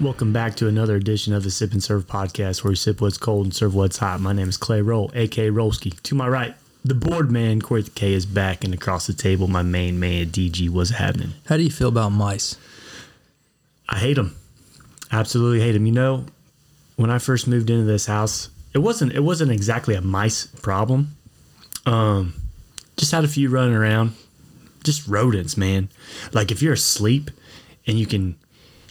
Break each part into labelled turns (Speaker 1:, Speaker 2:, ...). Speaker 1: Welcome back to another edition of the Sip and Serve podcast where we sip what's cold and serve what's hot. My name is Clay Roll, aka Rolski. To my right, the board man, Corey the K, is back, and across the table, my main man, DG, what's happening?
Speaker 2: How do you feel about mice?
Speaker 1: I hate them. Absolutely hate them. You know, when I first moved into this house, it wasn't it wasn't exactly a mice problem. Um, just had a few running around. Just rodents, man. Like if you're asleep and you can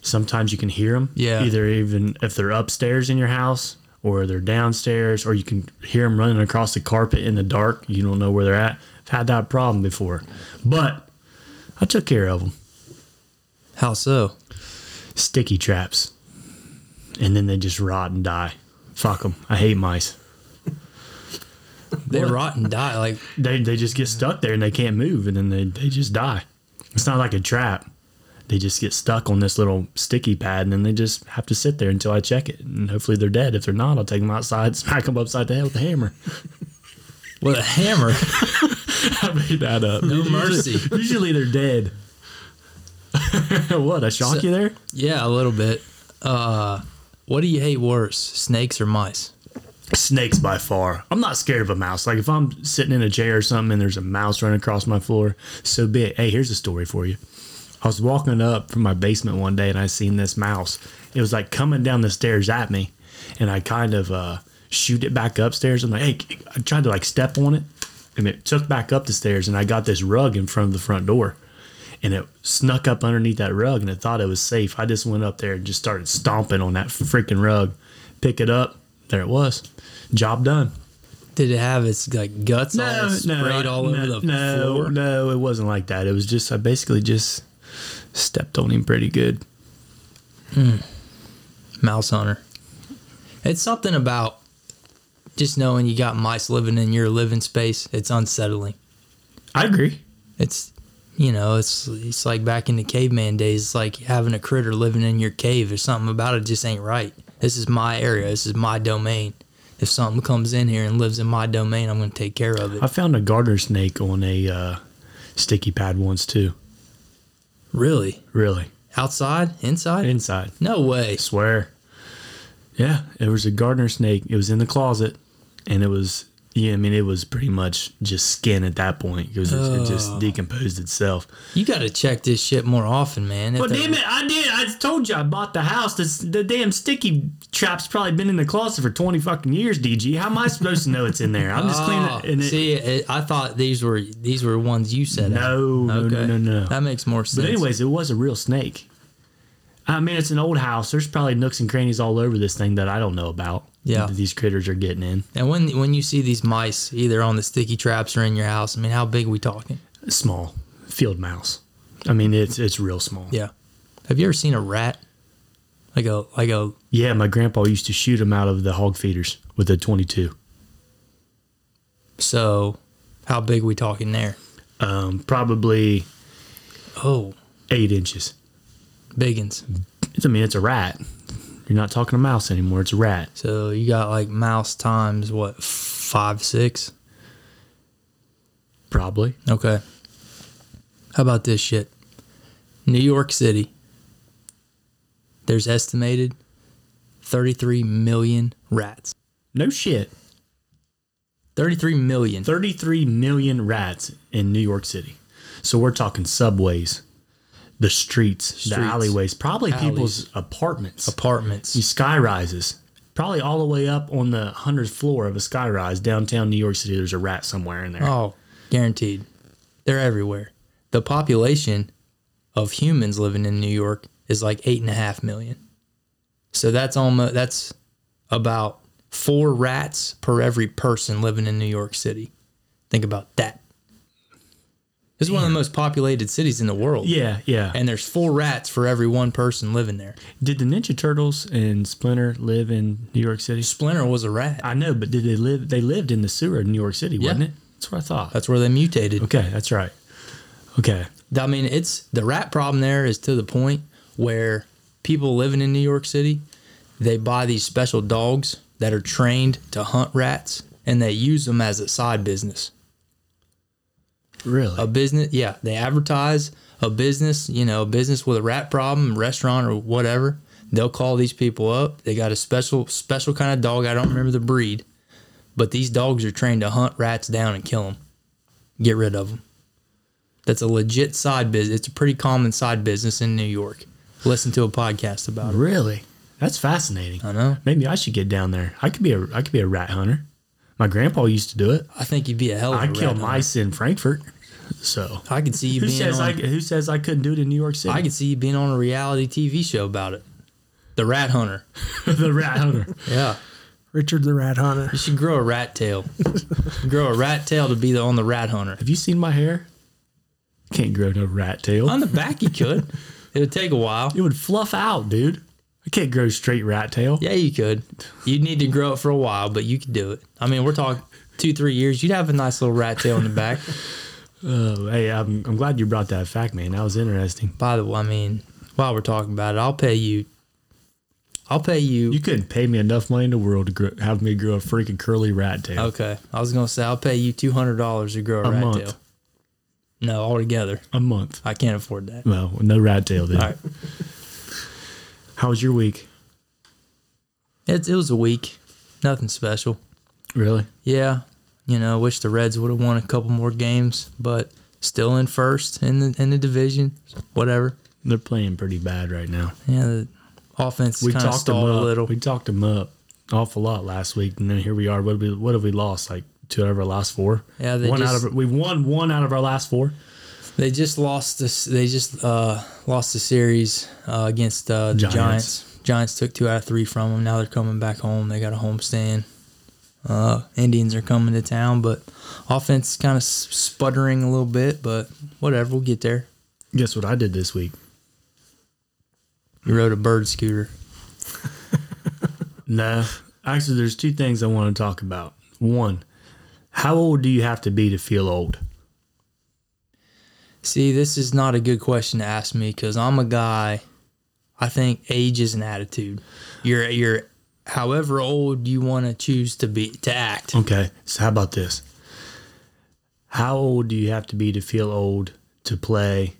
Speaker 1: sometimes you can hear them.
Speaker 2: Yeah.
Speaker 1: Either even if they're upstairs in your house or they're downstairs or you can hear them running across the carpet in the dark. You don't know where they're at. I've had that problem before. But I took care of them
Speaker 2: How so?
Speaker 1: sticky traps, and then they just rot and die. Fuck them. I hate mice.
Speaker 2: They rot and die. Like
Speaker 1: They they just get stuck there and they can't move, and then they they just die. It's not like a trap. They just get stuck on this little sticky pad, and then they just have to sit there until I check it. And hopefully they're dead. If they're not, I'll take them outside, smack them upside the head with a hammer.
Speaker 2: with a hammer.
Speaker 1: I made that up.
Speaker 2: No mercy.
Speaker 1: Usually they're dead. what? I shock you there?
Speaker 2: Yeah, a little bit. Uh, what do you hate worse, snakes or mice?
Speaker 1: snakes by far. I'm not scared of a mouse. Like if I'm sitting in a chair or something and there's a mouse running across my floor, so be it. Hey, here's a story for you. I was walking up from my basement one day and I seen this mouse. It was like coming down the stairs at me, and I kind of uh, shoot it back upstairs. I'm like, hey, I tried to like step on it, and it took back up the stairs, and I got this rug in front of the front door. And it snuck up underneath that rug and it thought it was safe. I just went up there and just started stomping on that freaking rug. Pick it up. There it was. Job done.
Speaker 2: Did it have its like guts all sprayed all over
Speaker 1: no,
Speaker 2: the
Speaker 1: no,
Speaker 2: floor?
Speaker 1: no, it wasn't like that. It was just I basically just stepped on him pretty good.
Speaker 2: Mouse hunter. It's something about just knowing you got mice living in your living space. It's unsettling.
Speaker 1: I agree.
Speaker 2: It's you know, it's it's like back in the caveman days. It's like having a critter living in your cave. There's something about it just ain't right. This is my area. This is my domain. If something comes in here and lives in my domain, I'm gonna take care of it.
Speaker 1: I found a garter snake on a uh, sticky pad once too.
Speaker 2: Really?
Speaker 1: Really,
Speaker 2: Outside? Inside?
Speaker 1: inside.
Speaker 2: no way.
Speaker 1: I swear. Yeah, it was a gardener snake. It was in the closet, and it was yeah. I mean, it was pretty much just skin at that point because it, it just decomposed itself.
Speaker 2: You gotta check this shit more often, man. If
Speaker 1: Well,
Speaker 2: they-
Speaker 1: damn it, I did. I told you I bought the house. This, the damn sticky trap's probably been in the closet for 20 fucking years, DG. How am I supposed to know it's in there? I'm just
Speaker 2: Oh,
Speaker 1: cleaning it.
Speaker 2: see, it, I thought these were these were ones you said. out.
Speaker 1: No, no, no,
Speaker 2: Okay.
Speaker 1: no, no.
Speaker 2: That makes more sense.
Speaker 1: But, anyways, it was a real snake. I mean, it's an old house. There's probably nooks and crannies all over this thing that I don't know about.
Speaker 2: Yeah.
Speaker 1: That these critters are getting in.
Speaker 2: and when when you see these mice either on the sticky traps or in your house, I mean, how big we talking?
Speaker 1: Small field mouse. I mean, it's it's real small.
Speaker 2: Yeah. Have you ever seen a rat? Like a like a
Speaker 1: Yeah, my grandpa used to shoot them out of the hog feeders with a 22.
Speaker 2: so? How big we talking there?
Speaker 1: Um, probably
Speaker 2: Oh,
Speaker 1: eight inches.
Speaker 2: biggins.
Speaker 1: It's, I mean, it's a rat. You're not talking a mouse anymore. It's a rat.
Speaker 2: So you got like mouse times what five six?
Speaker 1: Probably.
Speaker 2: Okay. How about this shit? New York City. There's estimated 33 million rats.
Speaker 1: No shit.
Speaker 2: 33 million.
Speaker 1: 33 million rats in New York City. So we're talking subways, the streets, the
Speaker 2: Streets.
Speaker 1: alleyways, probably
Speaker 2: Alleys.
Speaker 1: people's apartments,
Speaker 2: Apartments.
Speaker 1: sky rises. Probably all the way up on the 100th floor of a sky rise downtown New York City. There's a rat somewhere in there.
Speaker 2: Oh, guaranteed. They're everywhere. The population of humans living in New York is like eight and a half million. So that's almost that's about four rats per every person living in New York City. Think about that. It's one of the most populated cities in the world.
Speaker 1: Yeah, yeah.
Speaker 2: And there's four rats for every one person living there.
Speaker 1: Did the Ninja Turtles and Splinter live in New York City?
Speaker 2: Splinter was a rat.
Speaker 1: I know, but did they live? They lived in the sewer in New York City, wasn't
Speaker 2: Yeah.
Speaker 1: it? That's what I thought.
Speaker 2: That's where they mutated.
Speaker 1: Okay, that's right. Okay.
Speaker 2: I mean, it's the rat problem there is to the point where people living in New York City, they buy these special dogs that are trained to hunt rats and they use them as a side business.
Speaker 1: Really?
Speaker 2: A business, yeah, they advertise a business, you know, a business with a rat problem, restaurant or whatever. They'll call these people up. They got a special special kind of dog. I don't remember the breed, but these dogs are trained to hunt rats down and kill them, get rid of them. That's a legit side business. It's a pretty common side business in New York. Listen to a podcast about it.
Speaker 1: Really? That's fascinating.
Speaker 2: I know.
Speaker 1: Maybe I should get down there. I could be a I could be a rat hunter. My grandpa used to do it.
Speaker 2: I think you'd be a hell of a
Speaker 1: I
Speaker 2: rat
Speaker 1: killed
Speaker 2: hunter.
Speaker 1: mice in Frankfurt. So
Speaker 2: I could see you
Speaker 1: who
Speaker 2: being
Speaker 1: says
Speaker 2: on,
Speaker 1: I who says I couldn't do it in New York City?
Speaker 2: I could see you being on a reality TV show about it. The Rat Hunter.
Speaker 1: the rat hunter.
Speaker 2: Yeah.
Speaker 3: Richard the Rat Hunter.
Speaker 2: You should grow a rat tail. grow a rat tail to be the, on the Rat Hunter.
Speaker 1: Have you seen my hair? Can't grow no rat tail.
Speaker 2: On the back, you could. It would take a while.
Speaker 1: it would fluff out, dude. I can't grow straight rat tail.
Speaker 2: Yeah, you could. You'd need to grow it for a while, but you could do it. I mean, we're talking two, three years. You'd have a nice little rat tail in the back.
Speaker 1: Oh, hey, I'm, I'm glad you brought that fact, man. That was interesting.
Speaker 2: By the way, I mean, while we're talking about it, I'll pay you. I'll pay you.
Speaker 1: You couldn't pay me enough money in the world to grow, have me grow a freaking curly rat tail.
Speaker 2: Okay, I was gonna say I'll pay you two hundred dollars to grow a,
Speaker 1: A
Speaker 2: rat
Speaker 1: month.
Speaker 2: tail. No, altogether,
Speaker 1: A month.
Speaker 2: I can't afford that.
Speaker 1: Well, no rat tail, dude.
Speaker 2: Oh. All right,
Speaker 1: How was your week?
Speaker 2: it, it was a week, nothing special.
Speaker 1: Really?
Speaker 2: Yeah, you know, wish the Reds would have won a couple more games, but still in first in the in the division. Whatever.
Speaker 1: They're playing pretty bad right now.
Speaker 2: Yeah, the offense
Speaker 1: We
Speaker 2: is kind of
Speaker 1: talked them
Speaker 2: stalled a
Speaker 1: up.
Speaker 2: little.
Speaker 1: We talked them up awful lot last week, and then here we are. What have we, what have we lost? Like two out of our last four.
Speaker 2: Yeah, they
Speaker 1: one
Speaker 2: just-
Speaker 1: out of we won one out of our last four.
Speaker 2: They just lost this. They just uh, lost the series uh, against uh, the Giants.
Speaker 1: Giants.
Speaker 2: Giants. took two out of three from them. Now they're coming back home. They got a homestand. Uh, Indians are coming to town, but offense kind of sputtering a little bit. But whatever, we'll get there.
Speaker 1: Guess what I did this week?
Speaker 2: You rode a bird scooter.
Speaker 1: No, actually, there's two things I want to talk about. One, how old do you have to be to feel old?
Speaker 2: See, this is not a good question to ask me because I'm a guy. I think age is an attitude. You're you're however old you want to choose to be to act.
Speaker 1: Okay, so how about this? How old do you have to be to feel old to play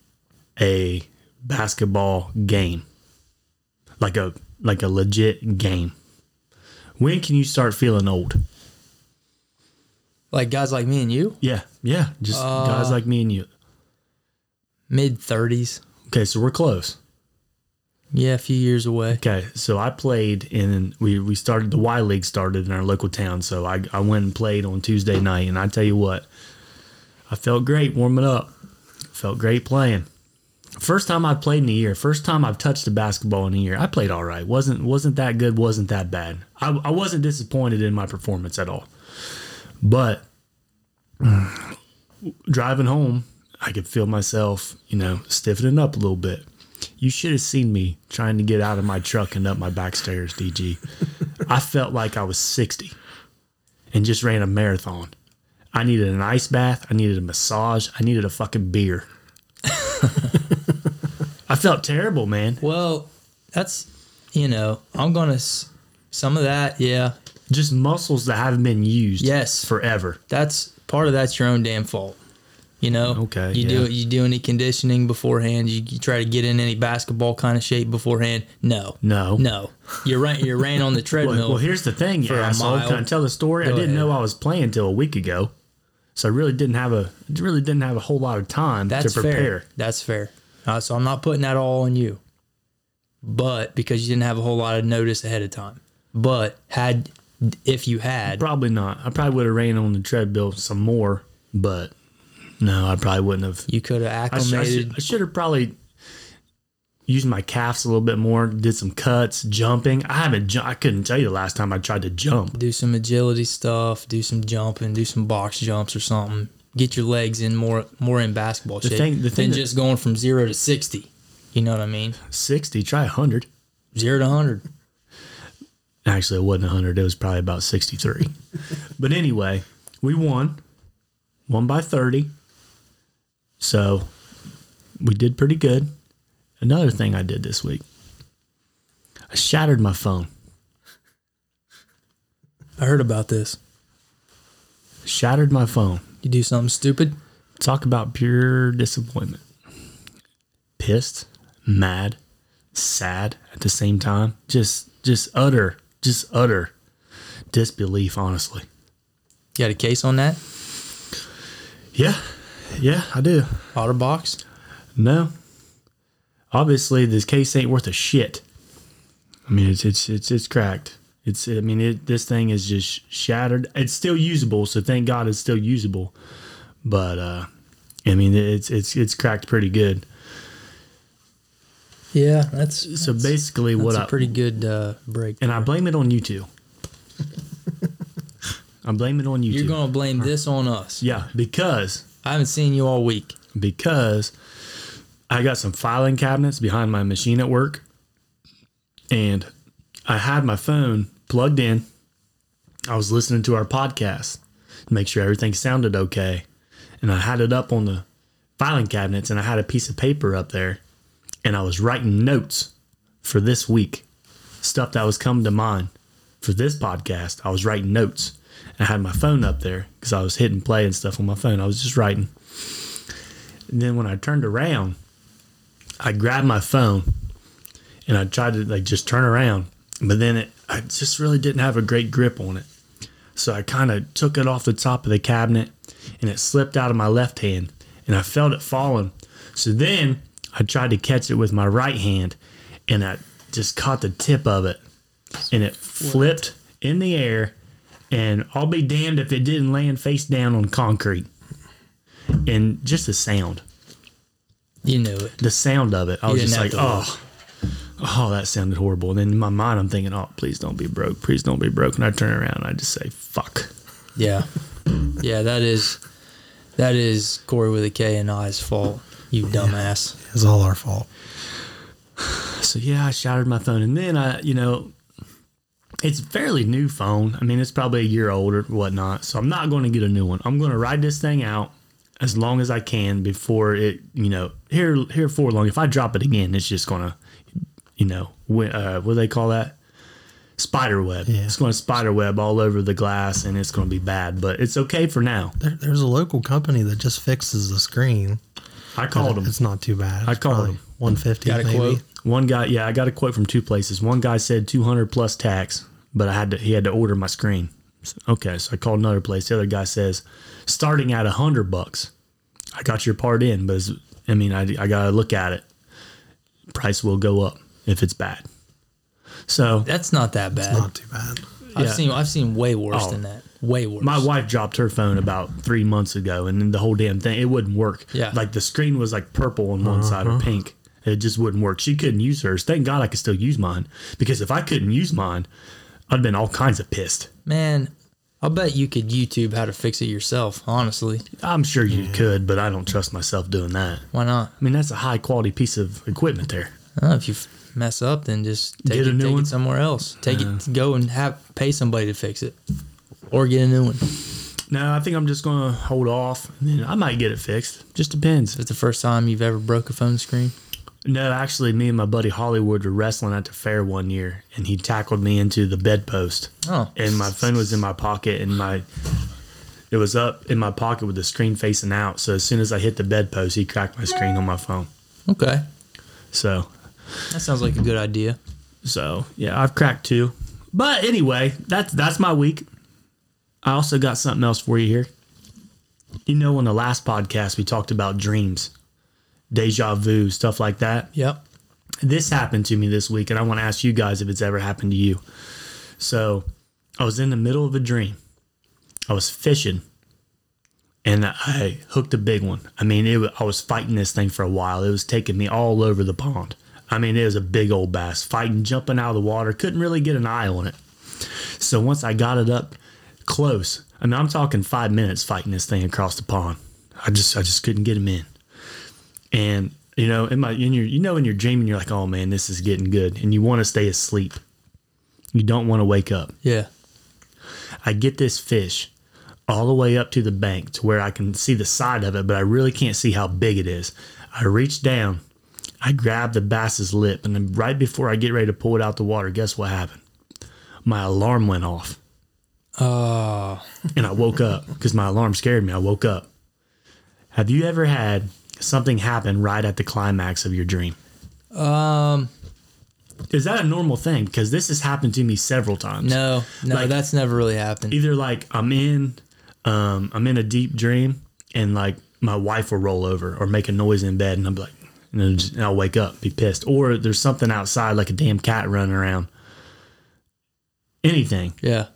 Speaker 1: a basketball game? Like a like a legit game. When can you start feeling old?
Speaker 2: Like guys like me and you,
Speaker 1: Yeah, yeah, just guys like me and you.
Speaker 2: mid thirties.
Speaker 1: Okay, so we're close.
Speaker 2: Yeah, a few years away.
Speaker 1: Okay, so I played in we we started the Y League started in our local town, so I I went and played on Tuesday night, and I tell you what, I felt great warming up, felt great playing. First time I've played in a year, first time I've touched a basketball in a year. I played all right, wasn't wasn't that good, wasn't that bad. I I wasn't disappointed in my performance at all, but driving home, I could feel myself, you know, stiffening up a little bit. You should have seen me trying to get out of my truck and up my back stairs, DG. I felt like I was 60 and just ran a marathon. I needed an ice bath. I needed a massage. I needed a fucking beer. I felt terrible, man.
Speaker 2: Well, that's you know, I'm gonna s- some of that. Yeah,
Speaker 1: Just muscles that haven't been used
Speaker 2: Yes.
Speaker 1: forever.
Speaker 2: that's part of that's your own damn fault. You know,
Speaker 1: Okay,
Speaker 2: You do
Speaker 1: yeah.
Speaker 2: you do any conditioning beforehand? You, you try to get in any basketball kind of shape beforehand? No,
Speaker 1: No.
Speaker 2: no. You ran you ran on the treadmill.
Speaker 1: Well, well, here's the thing, you
Speaker 2: a
Speaker 1: asshole.
Speaker 2: mile.
Speaker 1: Can I tell the story?
Speaker 2: Go
Speaker 1: I didn't
Speaker 2: ahead.
Speaker 1: know I was playing until a week ago, so I really didn't have a really didn't have a whole lot of time
Speaker 2: that's
Speaker 1: to prepare.
Speaker 2: fair. That's fair. Uh, so I'm not putting that all on you, but because you didn't have a whole lot of notice ahead of time. But had if you had,
Speaker 1: Probably not. I probably would have ran on the treadmill some more, but no, I probably wouldn't have.
Speaker 2: you could have
Speaker 1: I, sh- I,
Speaker 2: acclimated.
Speaker 1: should, I should have probably used my calves a little bit more. Did some cuts, jumping. I haven't. Ju- I couldn't tell you the last time I tried to jump.
Speaker 2: do some agility stuff, do some jumping, do some box jumps or something. Get your legs in more more in basketball shape
Speaker 1: thing- the thing
Speaker 2: than
Speaker 1: that-
Speaker 2: just going from zero to sixty. You know what I mean?
Speaker 1: Sixty. Try hundred.
Speaker 2: Zero to hundred.
Speaker 1: Actually, it wasn't 100. It was probably about 63. but anyway, we won. Won by 30. So we did pretty good. Another thing I did this week I shattered my phone.
Speaker 2: I heard about this.
Speaker 1: Shattered my phone.
Speaker 2: You do something stupid.
Speaker 1: Talk about pure disappointment. Pissed, mad, sad at the same time. Just just utter, just utter disbelief, honestly.
Speaker 2: You got a case on that?
Speaker 1: Yeah. Yeah, I do.
Speaker 2: Otterbox?
Speaker 1: No. Obviously this case ain't worth a shit. I mean it's it's it's it's cracked. It's I mean it this thing is just shattered. It's still usable, so thank God it's still usable. But uh I mean it's it's it's cracked pretty good.
Speaker 2: Yeah, that's
Speaker 1: So basically
Speaker 2: that's
Speaker 1: what
Speaker 2: a
Speaker 1: I
Speaker 2: pretty good uh, break.
Speaker 1: and I blame it on you two. I blame it on you
Speaker 2: You're
Speaker 1: two.
Speaker 2: gonna blame this on us.
Speaker 1: yeah, because
Speaker 2: I haven't seen you all week.
Speaker 1: because I got some filing cabinets behind my machine at work, and I had my phone plugged in. I was listening to our podcast to make sure everything sounded okay, and I had it up on the filing cabinets, and I had a piece of paper up there, and I was writing notes for this week, stuff that was coming to mind for this podcast. I was writing notes. I had my phone up there because I was hitting play and stuff on my phone. I was just writing. And then when I turned around, I grabbed my phone and I tried to like just turn around, but then it, I just really didn't have a great grip on it. So I kind of took it off the top of the cabinet and it slipped out of my left hand and I felt it falling. So then I tried to catch it with my right hand and I just caught the tip of it and it flipped in the air. And I'll be damned if it didn't land face down on concrete. And just the sound
Speaker 2: You knew it.
Speaker 1: the sound of it. I was
Speaker 2: didn't
Speaker 1: just
Speaker 2: have
Speaker 1: like,
Speaker 2: to
Speaker 1: oh, oh, that sounded horrible. And then in my mind, I'm thinking, oh, please don't be broke. Please don't be broke. And I turn around and I just say, fuck.
Speaker 2: Yeah, yeah. That is that is Corey with a K and I's fault. You dumbass.
Speaker 3: It's all our fault.
Speaker 1: So yeah, I shattered my phone. And then I, you know, it's a fairly new phone. I mean, it's probably a year old or whatnot. So I'm not going to get a new one. I'm going to ride this thing out as long as I can before it, you know, here, here for long. If I drop it again, it's just going to, you know, wi- uh, what do they call that? Spider web. It's going to spider web all over the glass and it's going to be bad, but it's okay for now.
Speaker 3: There, there's a local company that just fixes the screen.
Speaker 1: I called them.
Speaker 3: It's not too bad. It's
Speaker 1: called
Speaker 3: probably
Speaker 1: him.
Speaker 3: 150
Speaker 2: Got a
Speaker 3: maybe.
Speaker 2: quote?
Speaker 1: One guy, yeah, I got a quote from two places. One guy said 200 plus tax, but I had to, he had to order my screen. So, okay, so I called another place. The other guy says, starting at 100 bucks. I got your part in, but it's, I mean, I, I got to look at it. Price will go up if it's bad. So
Speaker 2: That's not that bad.
Speaker 3: Not too bad.
Speaker 2: I've
Speaker 1: yeah.
Speaker 2: seen I've seen way worse
Speaker 1: Oh.
Speaker 2: than that. Way worse.
Speaker 1: my wife dropped her phone about three months ago, and then the whole damn thing, it wouldn't work.
Speaker 2: Yeah.
Speaker 1: Like the screen was like purple on one side or pink. It just wouldn't work. She couldn't use hers. Thank God I could still use mine because if I couldn't use mine, I'd been all kinds of pissed.
Speaker 2: Man, I'll bet you could YouTube how to fix it yourself. Honestly,
Speaker 1: I'm sure you could, but I don't trust myself doing that.
Speaker 2: why not?
Speaker 1: I mean, that's a high quality piece of equipment there.
Speaker 2: Uh, if you f- mess up, then just take,
Speaker 1: Get
Speaker 2: it,
Speaker 1: a new
Speaker 2: take
Speaker 1: one?
Speaker 2: it somewhere else. Take it, go and have pay somebody to fix it, or get a new one. If
Speaker 1: No, I think I'm just going to hold off. And then I might get it fixed. Just depends.
Speaker 2: it's the first time you've ever broke a phone screen,
Speaker 1: No, actually, me and my buddy Hollywood were wrestling at the fair one year, and he tackled me into the bedpost.
Speaker 2: Oh.
Speaker 1: And my phone was in my pocket, and my it was up in my pocket with the screen facing out. So as soon as I hit the bedpost, he cracked my screen on my phone.
Speaker 2: okay,
Speaker 1: So,
Speaker 2: that sounds like a good idea.
Speaker 1: so yeah, I've cracked two. But anyway, that's that's my week. I also got something else for you here. You know, on the last podcast we talked about dreams, deja vu, stuff like that.
Speaker 2: Yep.
Speaker 1: this happened to me this week, and I want to ask you guys if it's ever happened to you. So, I was in the middle of a dream. I was fishing, and I hooked a big one. I mean, it, wa- I was fighting this thing for a while. It was taking me all over the pond. I mean, it was a big old bass, fighting, jumping out of the water. Couldn't really get an eye on it. So once I got it up close, I mean, I'm talking five minutes fighting this thing across the pond. I just, I just couldn't get him in and you know in my in your you know in your dream and you're like oh man this is getting good and you want to stay asleep you don't want to wake up
Speaker 2: Yeah.
Speaker 1: i get this fish all the way up to the bank to where i can see the side of it but i really can't see how big it is i reach down i grab the bass's lip and then right before i get ready to pull it out the water guess what happened my alarm went off
Speaker 2: Oh,
Speaker 1: and I woke up because my alarm scared me. I woke up. Have
Speaker 2: Um,
Speaker 1: you ever had something happen right at the climax of your dream? Is that a normal thing? Because this has happened to me several times.
Speaker 2: No, no,
Speaker 1: Like-
Speaker 2: that's never really happened.
Speaker 1: Either like I'm in, um, I'm in a deep dream, and like my wife will roll over or make a noise in bed, and I'm like, and, then just- and I'll wake up, be pissed, or there's something outside like a damn cat running around. Anything,
Speaker 2: Yeah.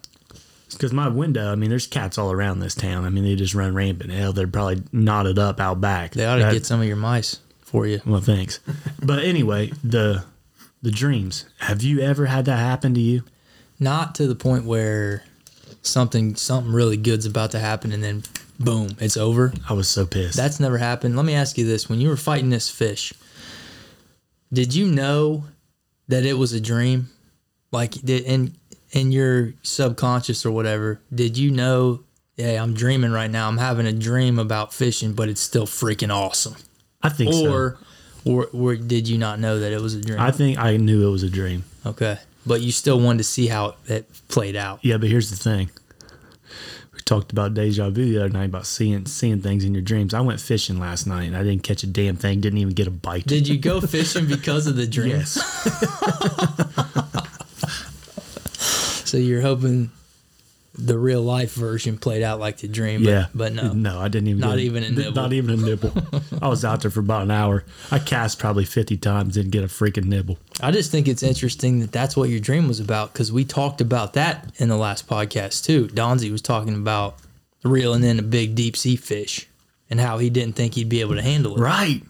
Speaker 1: because my window. I mean, there's cats all around this town. I mean, they just run rampant. Hell, they're probably knotted up out back.
Speaker 2: They ought to
Speaker 1: That-
Speaker 2: get some of your mice for you.
Speaker 1: Well, thanks. But anyway, the the dreams. Have you ever had that happen to you?
Speaker 2: Not to the point where something something really good's about to happen and then boom, it's over.
Speaker 1: I was so pissed.
Speaker 2: That's never happened. Let me ask you this: When you were fighting this fish, did you know that it was a dream? Like, did in in your subconscious or whatever, did you know? Yeah, I'm dreaming right now. I'm having a dream about fishing, but it's still freaking awesome.
Speaker 1: I think so.
Speaker 2: Or, or, or did you not know that it was a dream?
Speaker 1: I think I knew it was a dream.
Speaker 2: okay, but you still wanted to see how it played out.
Speaker 1: Yeah, but here's the thing. We talked about deja vu the other night about seeing seeing things in your dreams. I went fishing last night and I didn't catch a damn thing. Didn't even get a bite.
Speaker 2: Did you go fishing because of the dream?
Speaker 1: yes.
Speaker 2: So you're hoping the real life version played out like the dream. But,
Speaker 1: Yeah.
Speaker 2: but no.
Speaker 1: No, I didn't even.
Speaker 2: Not
Speaker 1: get
Speaker 2: even a
Speaker 1: did-
Speaker 2: nibble.
Speaker 1: Not even a nibble. I was out there for about an hour. I cast probably fifty times. Didn't get a freaking nibble.
Speaker 2: I just think it's interesting that that's what your dream was about because we talked about that in the last podcast too. Donzi was talking about reeling in a big deep sea fish and how he didn't think he'd be able to handle it.
Speaker 1: Right.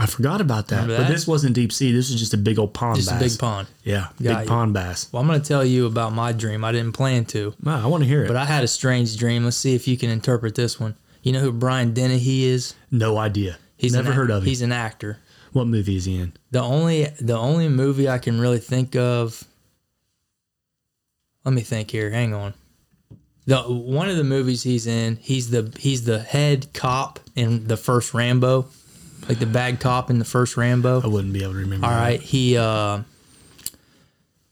Speaker 1: I forgot about that.
Speaker 2: Remember
Speaker 1: But
Speaker 2: that?
Speaker 1: this wasn't deep sea. This was just a big old pond
Speaker 2: Just
Speaker 1: bass.
Speaker 2: a big pond.
Speaker 1: Yeah,
Speaker 2: Got
Speaker 1: big
Speaker 2: you.
Speaker 1: pond bass.
Speaker 2: Well, I'm going to tell you about my dream. I didn't plan to,
Speaker 1: Wow, I want to hear it.
Speaker 2: but I had a strange dream. Let's see if you can interpret this one. You know who Brian Dennehy is?
Speaker 1: no idea.
Speaker 2: He's
Speaker 1: He's
Speaker 2: an
Speaker 1: never
Speaker 2: ac-
Speaker 1: heard of him.
Speaker 2: He's an actor.
Speaker 1: What movie is he in?
Speaker 2: The only the only movie I can really think of. Let me think here. Hang on. The one of the movies he's in, he's the he's the head cop in the first Rambo, like the bad cop in the first Rambo.
Speaker 1: I wouldn't be able to remember.
Speaker 2: All
Speaker 1: that.
Speaker 2: right, he uh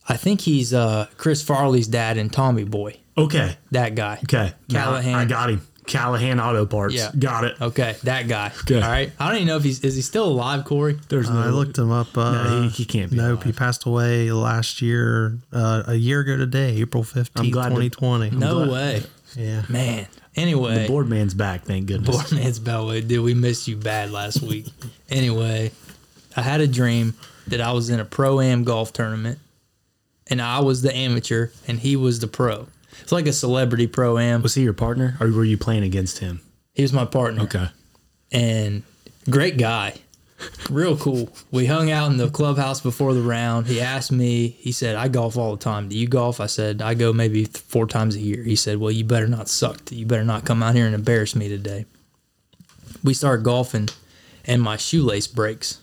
Speaker 2: I think he's uh Chris Farley's dad in Tommy Boy.
Speaker 1: Okay.
Speaker 2: That guy.
Speaker 1: Okay. Now
Speaker 2: Callahan.
Speaker 1: I got him. Callahan Auto Parts.
Speaker 2: Yeah.
Speaker 1: Got it.
Speaker 2: Okay, that guy.
Speaker 1: Okay.
Speaker 2: All right. I don't even know if he's is he still alive, Corey?
Speaker 1: There's no.
Speaker 3: I looked him up. Uh,
Speaker 1: No, he- he can't be
Speaker 3: Nope,
Speaker 1: alive.
Speaker 3: he passed away last year, uh, a year ago today, April fifteenth,
Speaker 1: glad that-
Speaker 3: twenty twenty.
Speaker 2: No
Speaker 1: glad-
Speaker 2: way.
Speaker 3: yeah,
Speaker 2: Man. Anyway.
Speaker 1: Board man's back. Thank goodness.
Speaker 2: Poor man's Bellwood. Dude, we missed you bad last week. anyway, I had a dream that I was in a pro am golf tournament and I was the amateur and he was the pro. It's like a celebrity pro am.
Speaker 1: Was he your partner, or were you playing against him?
Speaker 2: He was my partner.
Speaker 1: Okay.
Speaker 2: And great guy. Real cool. We hung out in the clubhouse before the round. He asked me, he said, I golf all the time. Do you golf? I said, I go maybe th- four times a year. He said, Well, you better not suck. You better not come out here and embarrass me today. We started golfing, and my shoelace breaks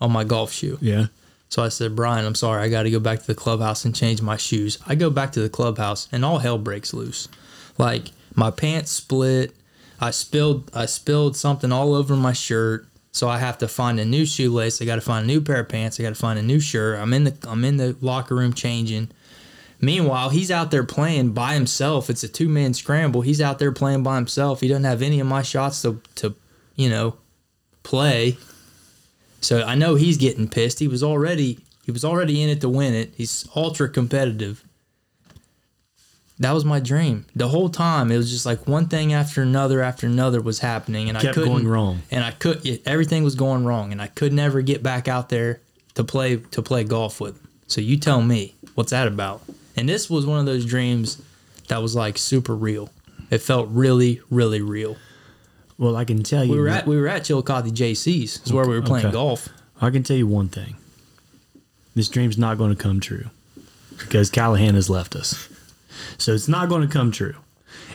Speaker 2: on my golf shoe.
Speaker 1: Yeah.
Speaker 2: So I said, Brian, I'm sorry. I got to go back to the clubhouse and change my shoes. I go back to the clubhouse and all hell breaks loose. Like my pants split. I spilled I spilled something all over my shirt. So I have to find a new shoelace. I got to find a new pair of pants. I got to find a new shirt. I'm in the I'm in the locker room changing. Meanwhile, he's out there playing by himself. It's a two man scramble. He's out there playing by himself. He doesn't have any of my shots to to you know play. So I know he's getting pissed. He was already he was already in it to win it. He's ultra competitive. That was my dream. The whole time it was just like one thing after another after another was happening and I
Speaker 1: Kept
Speaker 2: couldn't
Speaker 1: going wrong.
Speaker 2: And I could yeah, everything was going wrong and I could never get back out there to play to play golf with. him. So you tell me, what's that about? And this was one of those dreams that was like super real. It felt really really real.
Speaker 1: Well, I can tell you.
Speaker 2: We were
Speaker 1: that-
Speaker 2: at we were at Chillicothe JC's. Is where we were playing
Speaker 1: Okay.
Speaker 2: golf.
Speaker 1: I can tell you one thing. This dream's not going to come true because Callahan has left us. So it's not going to come true.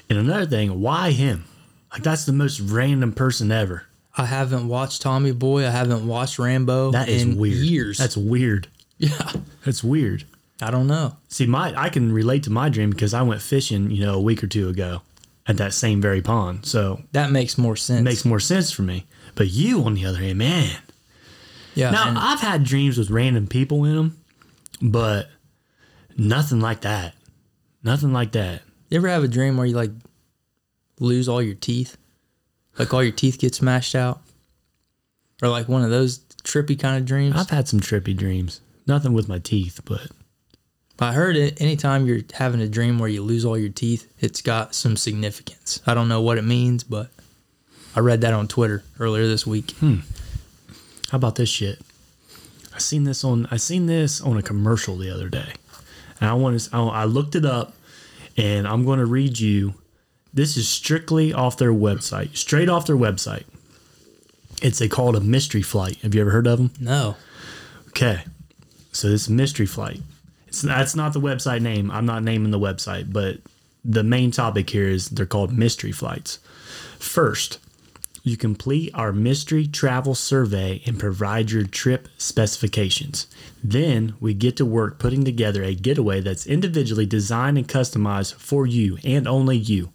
Speaker 1: And another thing, why him? Like that's the most random person ever.
Speaker 2: I haven't watched Tommy Boy. I haven't watched Rambo.
Speaker 1: That is
Speaker 2: in
Speaker 1: weird.
Speaker 2: Years.
Speaker 1: That's weird.
Speaker 2: yeah.
Speaker 1: That's weird.
Speaker 2: I don't know.
Speaker 1: See, my I can relate to my dream because I went fishing, you know, a week or two ago at that same very pond. So
Speaker 2: That makes more sense.
Speaker 1: it makes more sense for me. But you, on the other hand, man,
Speaker 2: yeah.
Speaker 1: Now
Speaker 2: Uh, and
Speaker 1: I've had dreams with random people in them, but nothing like that. Nothing like that.
Speaker 2: you ever have a dream where you like lose all your teeth, like all your teeth get smashed out, or like one of those trippy kind of dreams?
Speaker 1: I've had some trippy dreams. Nothing with my teeth, but
Speaker 2: I heard it anytime you're having a dream where you lose all your teeth, it's got some significance. I don't know what it means, but I read that on Twitter earlier this week.
Speaker 1: Hmm. How about this shit? I seen this on I seen this on a commercial the other day, and I want to I I looked it up, and I'm going to read you. This is strictly off their website, straight off their website. It's they call it a mystery flight. Have you ever heard of them?
Speaker 2: No.
Speaker 1: Okay, so this mystery flight. It's that's not the website name. I'm not naming the website, but the main topic here is they're called mystery flights. First, you complete our mystery travel survey and provide your trip specifications. Then we get to work putting together a getaway that's individually designed and customized for you and only you.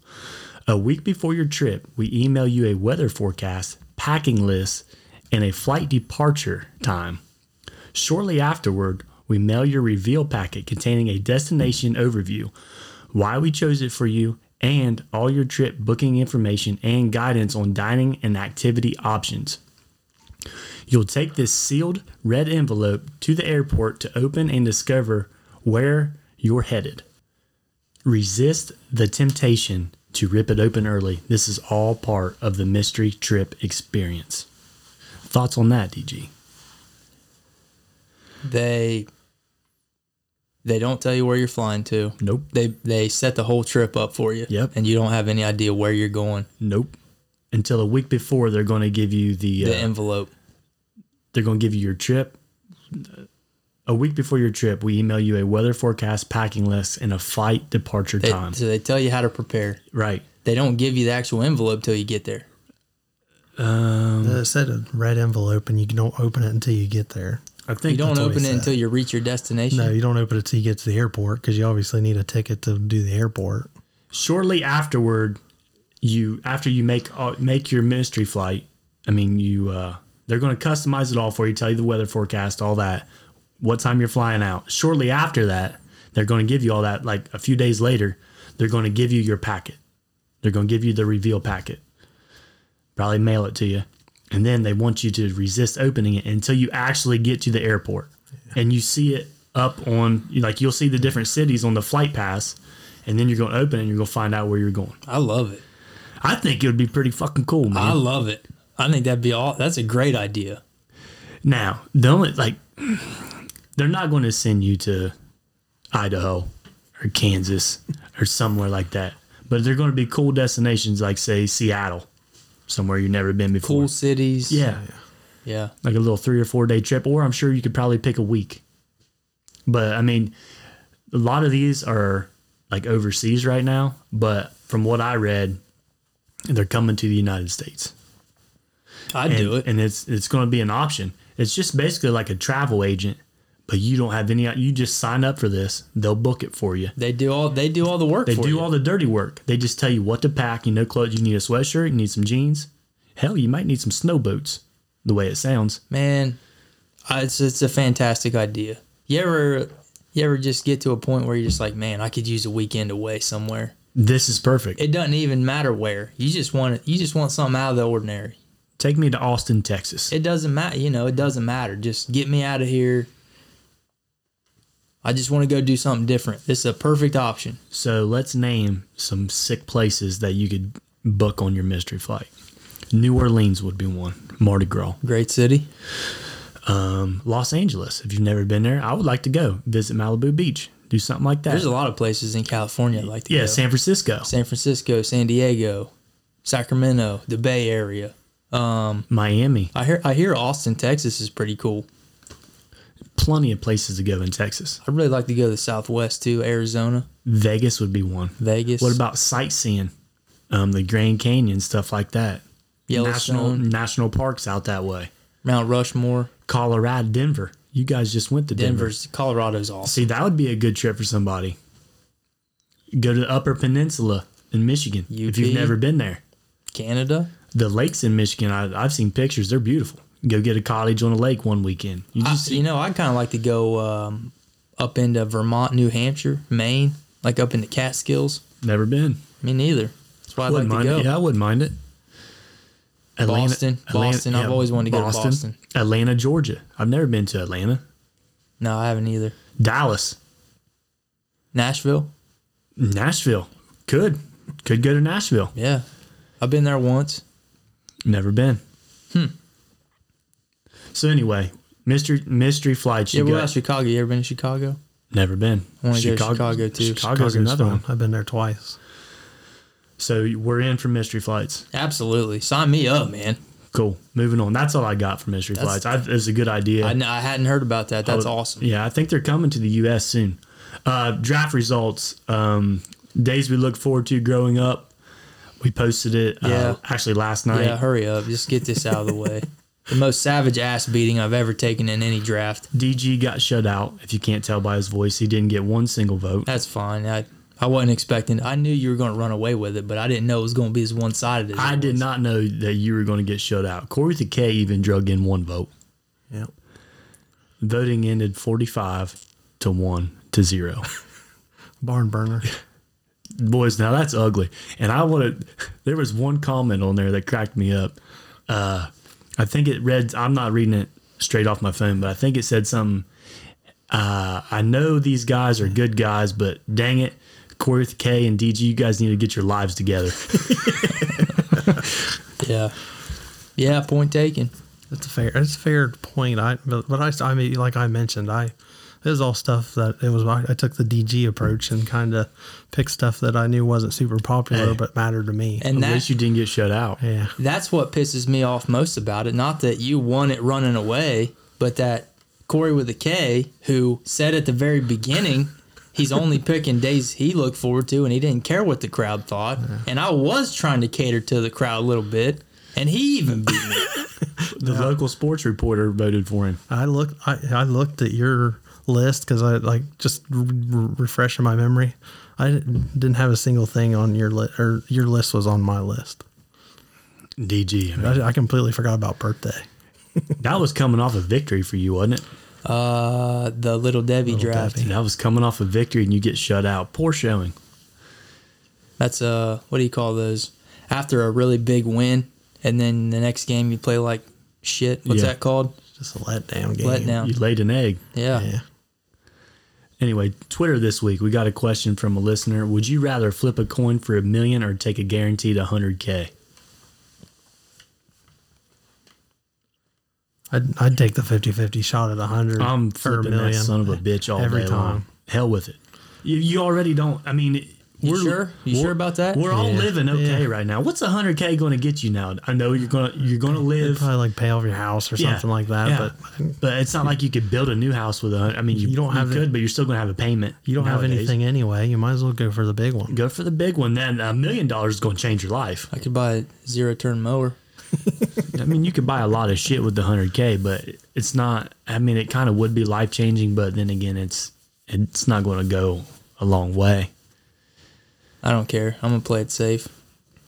Speaker 1: A week before your trip, we email you a weather forecast, packing list, and a flight departure time. Shortly afterward, we mail your reveal packet containing a destination overview, why we chose it for you, and all your trip booking information and guidance on dining and activity options. You'll take this sealed red envelope to the airport to open and discover where you're headed. Resist the temptation to rip it open early. This is all part of the mystery trip experience. Thoughts on that, DG?
Speaker 2: They they don't tell you where you're flying to.
Speaker 1: Nope.
Speaker 2: They they set the whole trip up for you.
Speaker 1: Yep.
Speaker 2: And you don't have any idea where you're going.
Speaker 1: Nope. Until a week before, they're going to give you the,
Speaker 2: The
Speaker 1: uh,
Speaker 2: envelope.
Speaker 1: they're going to give you your trip. A week before your trip, we email you a weather forecast, packing list, and a flight departure
Speaker 2: They,
Speaker 1: time.
Speaker 2: so they tell you how to prepare.
Speaker 1: right.
Speaker 2: They don't give you the actual envelope till you get there.
Speaker 3: Uh, it said a red envelope, and you don't open it until you get there.
Speaker 1: I think
Speaker 2: You don't
Speaker 1: that's what
Speaker 2: open
Speaker 1: he
Speaker 2: it
Speaker 1: said.
Speaker 2: until you reach your destination.
Speaker 3: No, you don't open it till you get to the airport because you obviously need a ticket to do the airport.
Speaker 1: shortly afterward. You after you make uh, make your mystery flight. I mean, you uh, they're going to customize it all for you. Tell you the weather forecast, all that. What time you're flying out? Shortly after that, they're going to give you all that. Like a few days later, they're going to give you your packet. They're going to give you the reveal packet. Probably mail it to you. And then they want you to resist opening it until you actually get to the airport. And you see it up on, like, you'll see the different cities on the flight pass. And then you're going to open it and you're going to find out where you're going.
Speaker 2: I love it.
Speaker 1: I think it would be pretty fucking cool, man.
Speaker 2: I love it. I think that'd be all. That's a great idea.
Speaker 1: now, the only, like, they're not going to send you to Idaho or Kansas or somewhere like that. But they're going to be cool destinations, like, say, Seattle, somewhere you've never been before.
Speaker 2: Cool cities.
Speaker 1: Yeah.
Speaker 2: Yeah.
Speaker 1: like a little three or four day trip, or I'm sure you could probably pick a week. But I mean, a lot of these are like overseas right now, but from what I read, they're coming to the United States.
Speaker 2: I'd
Speaker 1: And,
Speaker 2: do it.
Speaker 1: And it's it's going to be an option. It's just basically like a travel agent, but you don't have any you just sign up for this, they'll book it for you.
Speaker 2: They do all they do all the work
Speaker 1: They
Speaker 2: for
Speaker 1: do
Speaker 2: you.
Speaker 1: all the dirty work. They just tell you what to pack. You know, clothes. You need a sweatshirt. You need some jeans. Hell, you might need some snow boots. The way it sounds.
Speaker 2: Man, I, it's it's a fantastic idea. You ever you ever just get to a point where you're just like, man, I could use a weekend away somewhere.
Speaker 1: This is perfect.
Speaker 2: It doesn't even matter where. You just want it. You just want something out of the ordinary.
Speaker 1: Take me to Austin, Texas.
Speaker 2: It doesn't matter. You know, it doesn't matter. Just get me out of here. I just want to go do something different. This is a perfect option.
Speaker 1: So let's name some sick places that you could book on your mystery flight. New Orleans would be one. Mardi Gras. Um,
Speaker 2: Great city.
Speaker 1: Los Angeles. If you've never been there, I would like to go visit Malibu Beach. Do something like that.
Speaker 2: There's a lot of places in California I'd like to
Speaker 1: yeah,
Speaker 2: go.
Speaker 1: San Francisco.
Speaker 2: San Francisco, San Diego, Sacramento, the Bay Area. Um,
Speaker 1: Miami.
Speaker 2: I hear I hear Austin, Texas is pretty cool.
Speaker 1: Plenty of places to go in Texas.
Speaker 2: I'd really like to go to the Southwest too, Arizona,
Speaker 1: Vegas would be one.
Speaker 2: Vegas,
Speaker 1: What about sightseeing? Um, the Grand Canyon, stuff like that. National
Speaker 2: Yellowstone,
Speaker 1: national parks out that way.
Speaker 2: Mount Rushmore,
Speaker 1: Colorado, Denver. You guys just went to Denver.
Speaker 2: Denver's, Colorado's awesome.
Speaker 1: See, that would be a good trip for somebody. Go to the Upper Peninsula in Michigan if you've
Speaker 2: UP.
Speaker 1: never been there.
Speaker 2: Canada,
Speaker 1: The lakes in Michigan, I, I've seen pictures. They're beautiful. Go get a cottage on a lake one weekend. You
Speaker 2: I,
Speaker 1: just
Speaker 2: you know, I'd kind of like to go um, up into Vermont, New Hampshire, Maine, like up into Catskills.
Speaker 1: never been.
Speaker 2: Me neither. That's why I'd
Speaker 1: Wouldn't
Speaker 2: like to
Speaker 1: mind
Speaker 2: go.
Speaker 1: it. Yeah, I wouldn't mind it. Atlanta-
Speaker 2: Boston. Boston. I've always wanted to go to Boston.
Speaker 1: Atlanta, Georgia. I've never been to Atlanta.
Speaker 2: No, I haven't either.
Speaker 1: Dallas,
Speaker 2: Nashville.
Speaker 1: Nashville. Could could go to Nashville.
Speaker 2: Yeah, I've been there once.
Speaker 1: Never been. Hmm. So anyway, mystery mystery flights.
Speaker 2: Yeah,
Speaker 1: You
Speaker 2: what
Speaker 1: got-
Speaker 2: about Chicago? You ever been to Chicago?
Speaker 1: Never been.
Speaker 2: I wanna go to Chicago, too.
Speaker 1: Chicago's another one.
Speaker 3: I've been there twice.
Speaker 1: So we're in for mystery flights.
Speaker 2: Absolutely. Sign me up, man.
Speaker 1: Cool. Moving on. That's all I got for mystery
Speaker 2: That's-
Speaker 1: flights. I, it's a good idea.
Speaker 2: I, kn- I hadn't heard about that. That's awesome.
Speaker 1: Yeah, I think they're coming to the U.S. soon. Uh, draft results, um, days we look forward to growing up. We posted it
Speaker 2: Yeah.
Speaker 1: uh, actually last night.
Speaker 2: Yeah, hurry up. Just get this out of the way. The most savage ass beating I've ever taken in any draft.
Speaker 1: DG got shut out. If you can't tell by his voice, he didn't get one single vote.
Speaker 2: That's fine. I I wasn't expecting. I knew you were going to run away with it, but I didn't know it was going to be as one sided as
Speaker 1: I
Speaker 2: it
Speaker 1: did
Speaker 2: was.
Speaker 1: not know that you were going to get shut out. Corey the K even drug in one vote.
Speaker 3: Yeah.
Speaker 1: Voting ended 45 to 1 to 0.
Speaker 3: Barn burner.
Speaker 1: boys now that's ugly and i want to there was one comment on there that cracked me up uh i think it read i'm not reading it straight off my phone but i think it said something uh i know these guys are good guys but dang it corey with a k and dg you guys need to get your lives together
Speaker 2: Yeah. Yeah. Point taken.
Speaker 3: That's a fair. That's a fair point. I but, but I s- I mean like I mentioned I it was all stuff that it was I, I took the DG approach and kind of picked stuff that I knew wasn't super popular
Speaker 1: Hey.
Speaker 3: but mattered to me.
Speaker 2: And
Speaker 1: at
Speaker 2: that
Speaker 1: least you didn't get shut out
Speaker 3: yeah.
Speaker 2: That's what pisses me off most about it. Not that you won it running away, but that Corey with a K, who said at the very beginning he's only picking days he looked forward to and he didn't care what the crowd thought. And I was trying to cater to the crowd a little bit, and he even beat me.
Speaker 1: the local sports reporter voted for him
Speaker 3: I looked. I, I looked at your list because I like just r- r- refreshing my memory. I didn't didn't have a single thing on your list, or your list was on my list.
Speaker 1: dg I mean,
Speaker 3: I, I completely forgot about birthday.
Speaker 1: that was coming off a victory for you wasn't it
Speaker 2: Uh, the Little Debbie draft.
Speaker 1: that was coming off a victory and you get shut out poor showing
Speaker 2: That's uh, what do you call those? After a really big win, and then the next game you play like shit. What's
Speaker 1: Yeah.
Speaker 2: that called?
Speaker 3: Just a letdown game.
Speaker 1: you
Speaker 2: Letdown.
Speaker 1: laid an egg
Speaker 2: yeah.
Speaker 3: Yeah.
Speaker 1: Anyway, Twitter this week, we got a question from a listener. Would you rather flip a coin for a million or take a guaranteed 100K?
Speaker 3: I'd, I'd take the 50-50 shot at a hundred.
Speaker 1: I'm
Speaker 3: for a
Speaker 1: flipping that
Speaker 3: million.
Speaker 1: son of a bitch all
Speaker 3: Every
Speaker 1: day
Speaker 3: time.
Speaker 1: long. Hell with it. You, you already don't. I mean,
Speaker 2: You sure? You
Speaker 1: we're-
Speaker 2: sure about that?
Speaker 1: We're all
Speaker 3: Yeah.
Speaker 1: living okay right now. What's 100K going to get you now? I know you're going to you're going to
Speaker 3: It'd
Speaker 1: live,
Speaker 3: probably like pay off your house or
Speaker 1: Yeah.
Speaker 3: something like that.
Speaker 1: Yeah.
Speaker 3: But
Speaker 1: but it's not like you could build a new house with a. hun- I mean, you,
Speaker 3: You don't have
Speaker 1: you
Speaker 3: the-
Speaker 1: could, but you're still going to have a payment.
Speaker 3: you don't have
Speaker 1: nowadays.
Speaker 3: anything anyway. You might as well go for the big one.
Speaker 1: Go for the big one. Then a million dollars is going to change your life.
Speaker 2: I could buy a zero turn mower.
Speaker 1: I mean, you could buy a lot of shit with the hundred k, but it's not. I mean, it kind of would be life changing, but then again, it's it's not going to go a long way.
Speaker 2: I don't care. I'm gonna play it safe.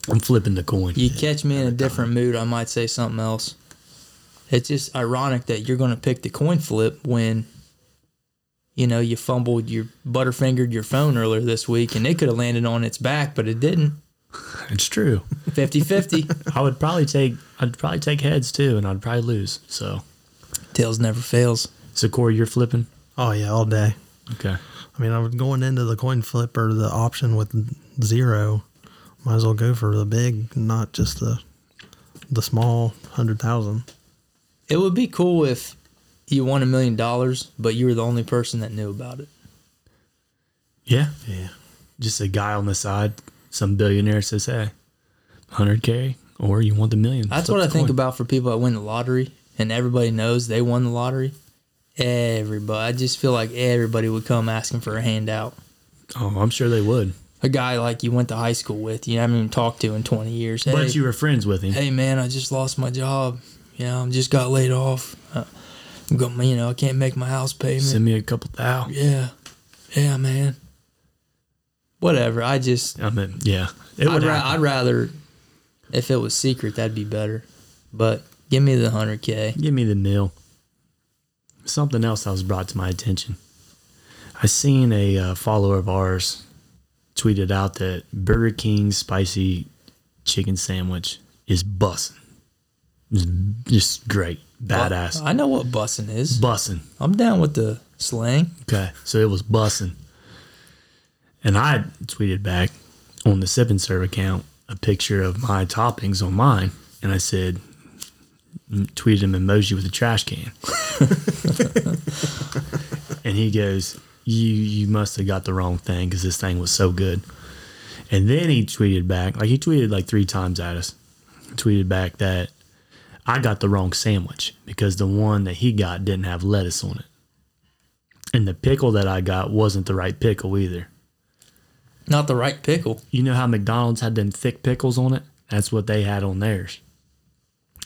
Speaker 1: I'm flipping the coin.
Speaker 2: You catch me in a different mood, I might say something else. It's just ironic that you're gonna pick the coin flip when you know you fumbled your butterfingered your phone earlier this week and it could have landed on its back, but it didn't.
Speaker 1: It's true.
Speaker 2: 50-50.
Speaker 1: I would probably take. I'd probably take heads too, and I'd probably lose. So,
Speaker 2: Tails never fails.
Speaker 1: so Corey, you're flipping.
Speaker 3: Oh yeah, all day.
Speaker 1: Okay.
Speaker 3: I mean, I was going into the coin flip or the option with zero. Might as well go for the big, not just the the small hundred thousand.
Speaker 2: It would be cool if you won a million dollars, but you were the only person that knew about it.
Speaker 1: Yeah.
Speaker 3: Yeah,
Speaker 1: Just a guy on the side, some billionaire says, "Hey, hundred k, or you want the million.
Speaker 2: That's
Speaker 1: Flip
Speaker 2: what I
Speaker 1: the
Speaker 2: think
Speaker 1: coin."
Speaker 2: about for people that win the lottery, and everybody knows they won the lottery. Everybody, I just feel like everybody would come asking for a handout.
Speaker 1: Oh, I'm sure they would.
Speaker 2: A guy like you went to high school with, you haven't even talked to in twenty years. Hey,
Speaker 1: But you were friends with him.
Speaker 2: hey man, I just lost my job. You know, I just got laid off. Uh, I'm going, you know, I can't make my house payment.
Speaker 1: Send me a couple thousand.
Speaker 2: yeah, yeah, man. Whatever. I just,
Speaker 1: I mean, yeah. It
Speaker 2: I'd,
Speaker 1: would.
Speaker 2: ra-
Speaker 1: happen.
Speaker 2: I'd rather, if it was secret, that'd be better. But give me the hundred k.
Speaker 1: Give me the meal. Something else that was brought to my attention. I seen a uh, follower of ours tweeted out that Burger King's spicy chicken sandwich is bussin'. It's just great. Badass.
Speaker 2: I know what bussing is.
Speaker 1: Bussing.
Speaker 2: I'm down with the slang.
Speaker 1: Okay. So it was bussing. And I tweeted back on the Sip and Serve account a picture of my toppings on mine. And I said, tweeted him emoji with a trash can. and he goes, you, you must have got the wrong thing because this thing was so good. And then he tweeted back, like he tweeted like three times at us, tweeted back that I got the wrong sandwich because the one that he got didn't have lettuce on it. And the pickle that I got wasn't the right pickle either.
Speaker 2: Not the right pickle.
Speaker 1: You know how McDonald's had them thick pickles on it? That's what they had on theirs.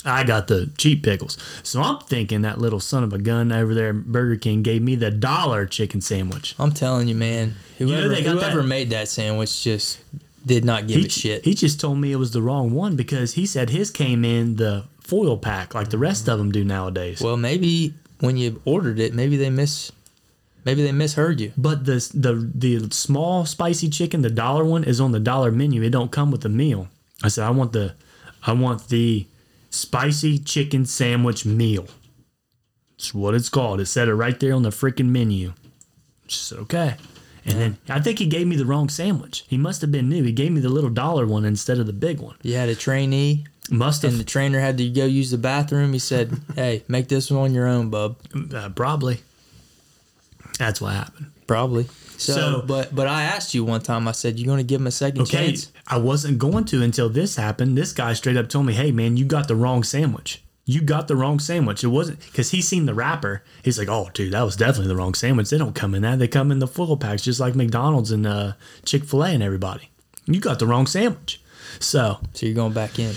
Speaker 1: I got the cheap pickles. So I'm thinking that little son of a gun over there at Burger King gave me the dollar chicken sandwich.
Speaker 2: I'm telling you, man. Whoever,
Speaker 1: they got
Speaker 2: whoever
Speaker 1: that-
Speaker 2: made that sandwich just did not give
Speaker 1: He,
Speaker 2: a shit.
Speaker 1: he just told me it was the wrong one because he said his came in the foil pack like the rest of them do nowadays.
Speaker 2: well, maybe when you ordered it, maybe they miss, maybe they misheard you.
Speaker 1: But the the the small spicy chicken, the dollar one, is on the dollar menu. It don't come with a meal. I said I want the I want the spicy chicken sandwich meal. It's what it's called. It said it right there on the freaking menu. She said okay. And then I think he gave me the wrong sandwich. He must have been new. He gave me the little dollar one instead of the big one.
Speaker 2: You had a trainee,
Speaker 1: Must
Speaker 2: and
Speaker 1: have
Speaker 2: the trainer had to go use the bathroom. He said, "Hey, make this one on your own, bub."
Speaker 1: uh, probably. That's what happened.
Speaker 2: Probably. So,
Speaker 1: So-
Speaker 2: but but I asked you one time. I said, "You going to give him a second
Speaker 1: Okay,
Speaker 2: chance?"
Speaker 1: I wasn't going to until this happened. This guy straight up told me, "Hey, man, you got the wrong sandwich. You got the wrong sandwich. It wasn't because he seen the wrapper. He's like, oh, dude, that was definitely the wrong sandwich. They don't come in that. They come in the full packs, just like McDonald's and uh, Chick Fil A and everybody. You got the wrong sandwich. So
Speaker 2: So you're going back in.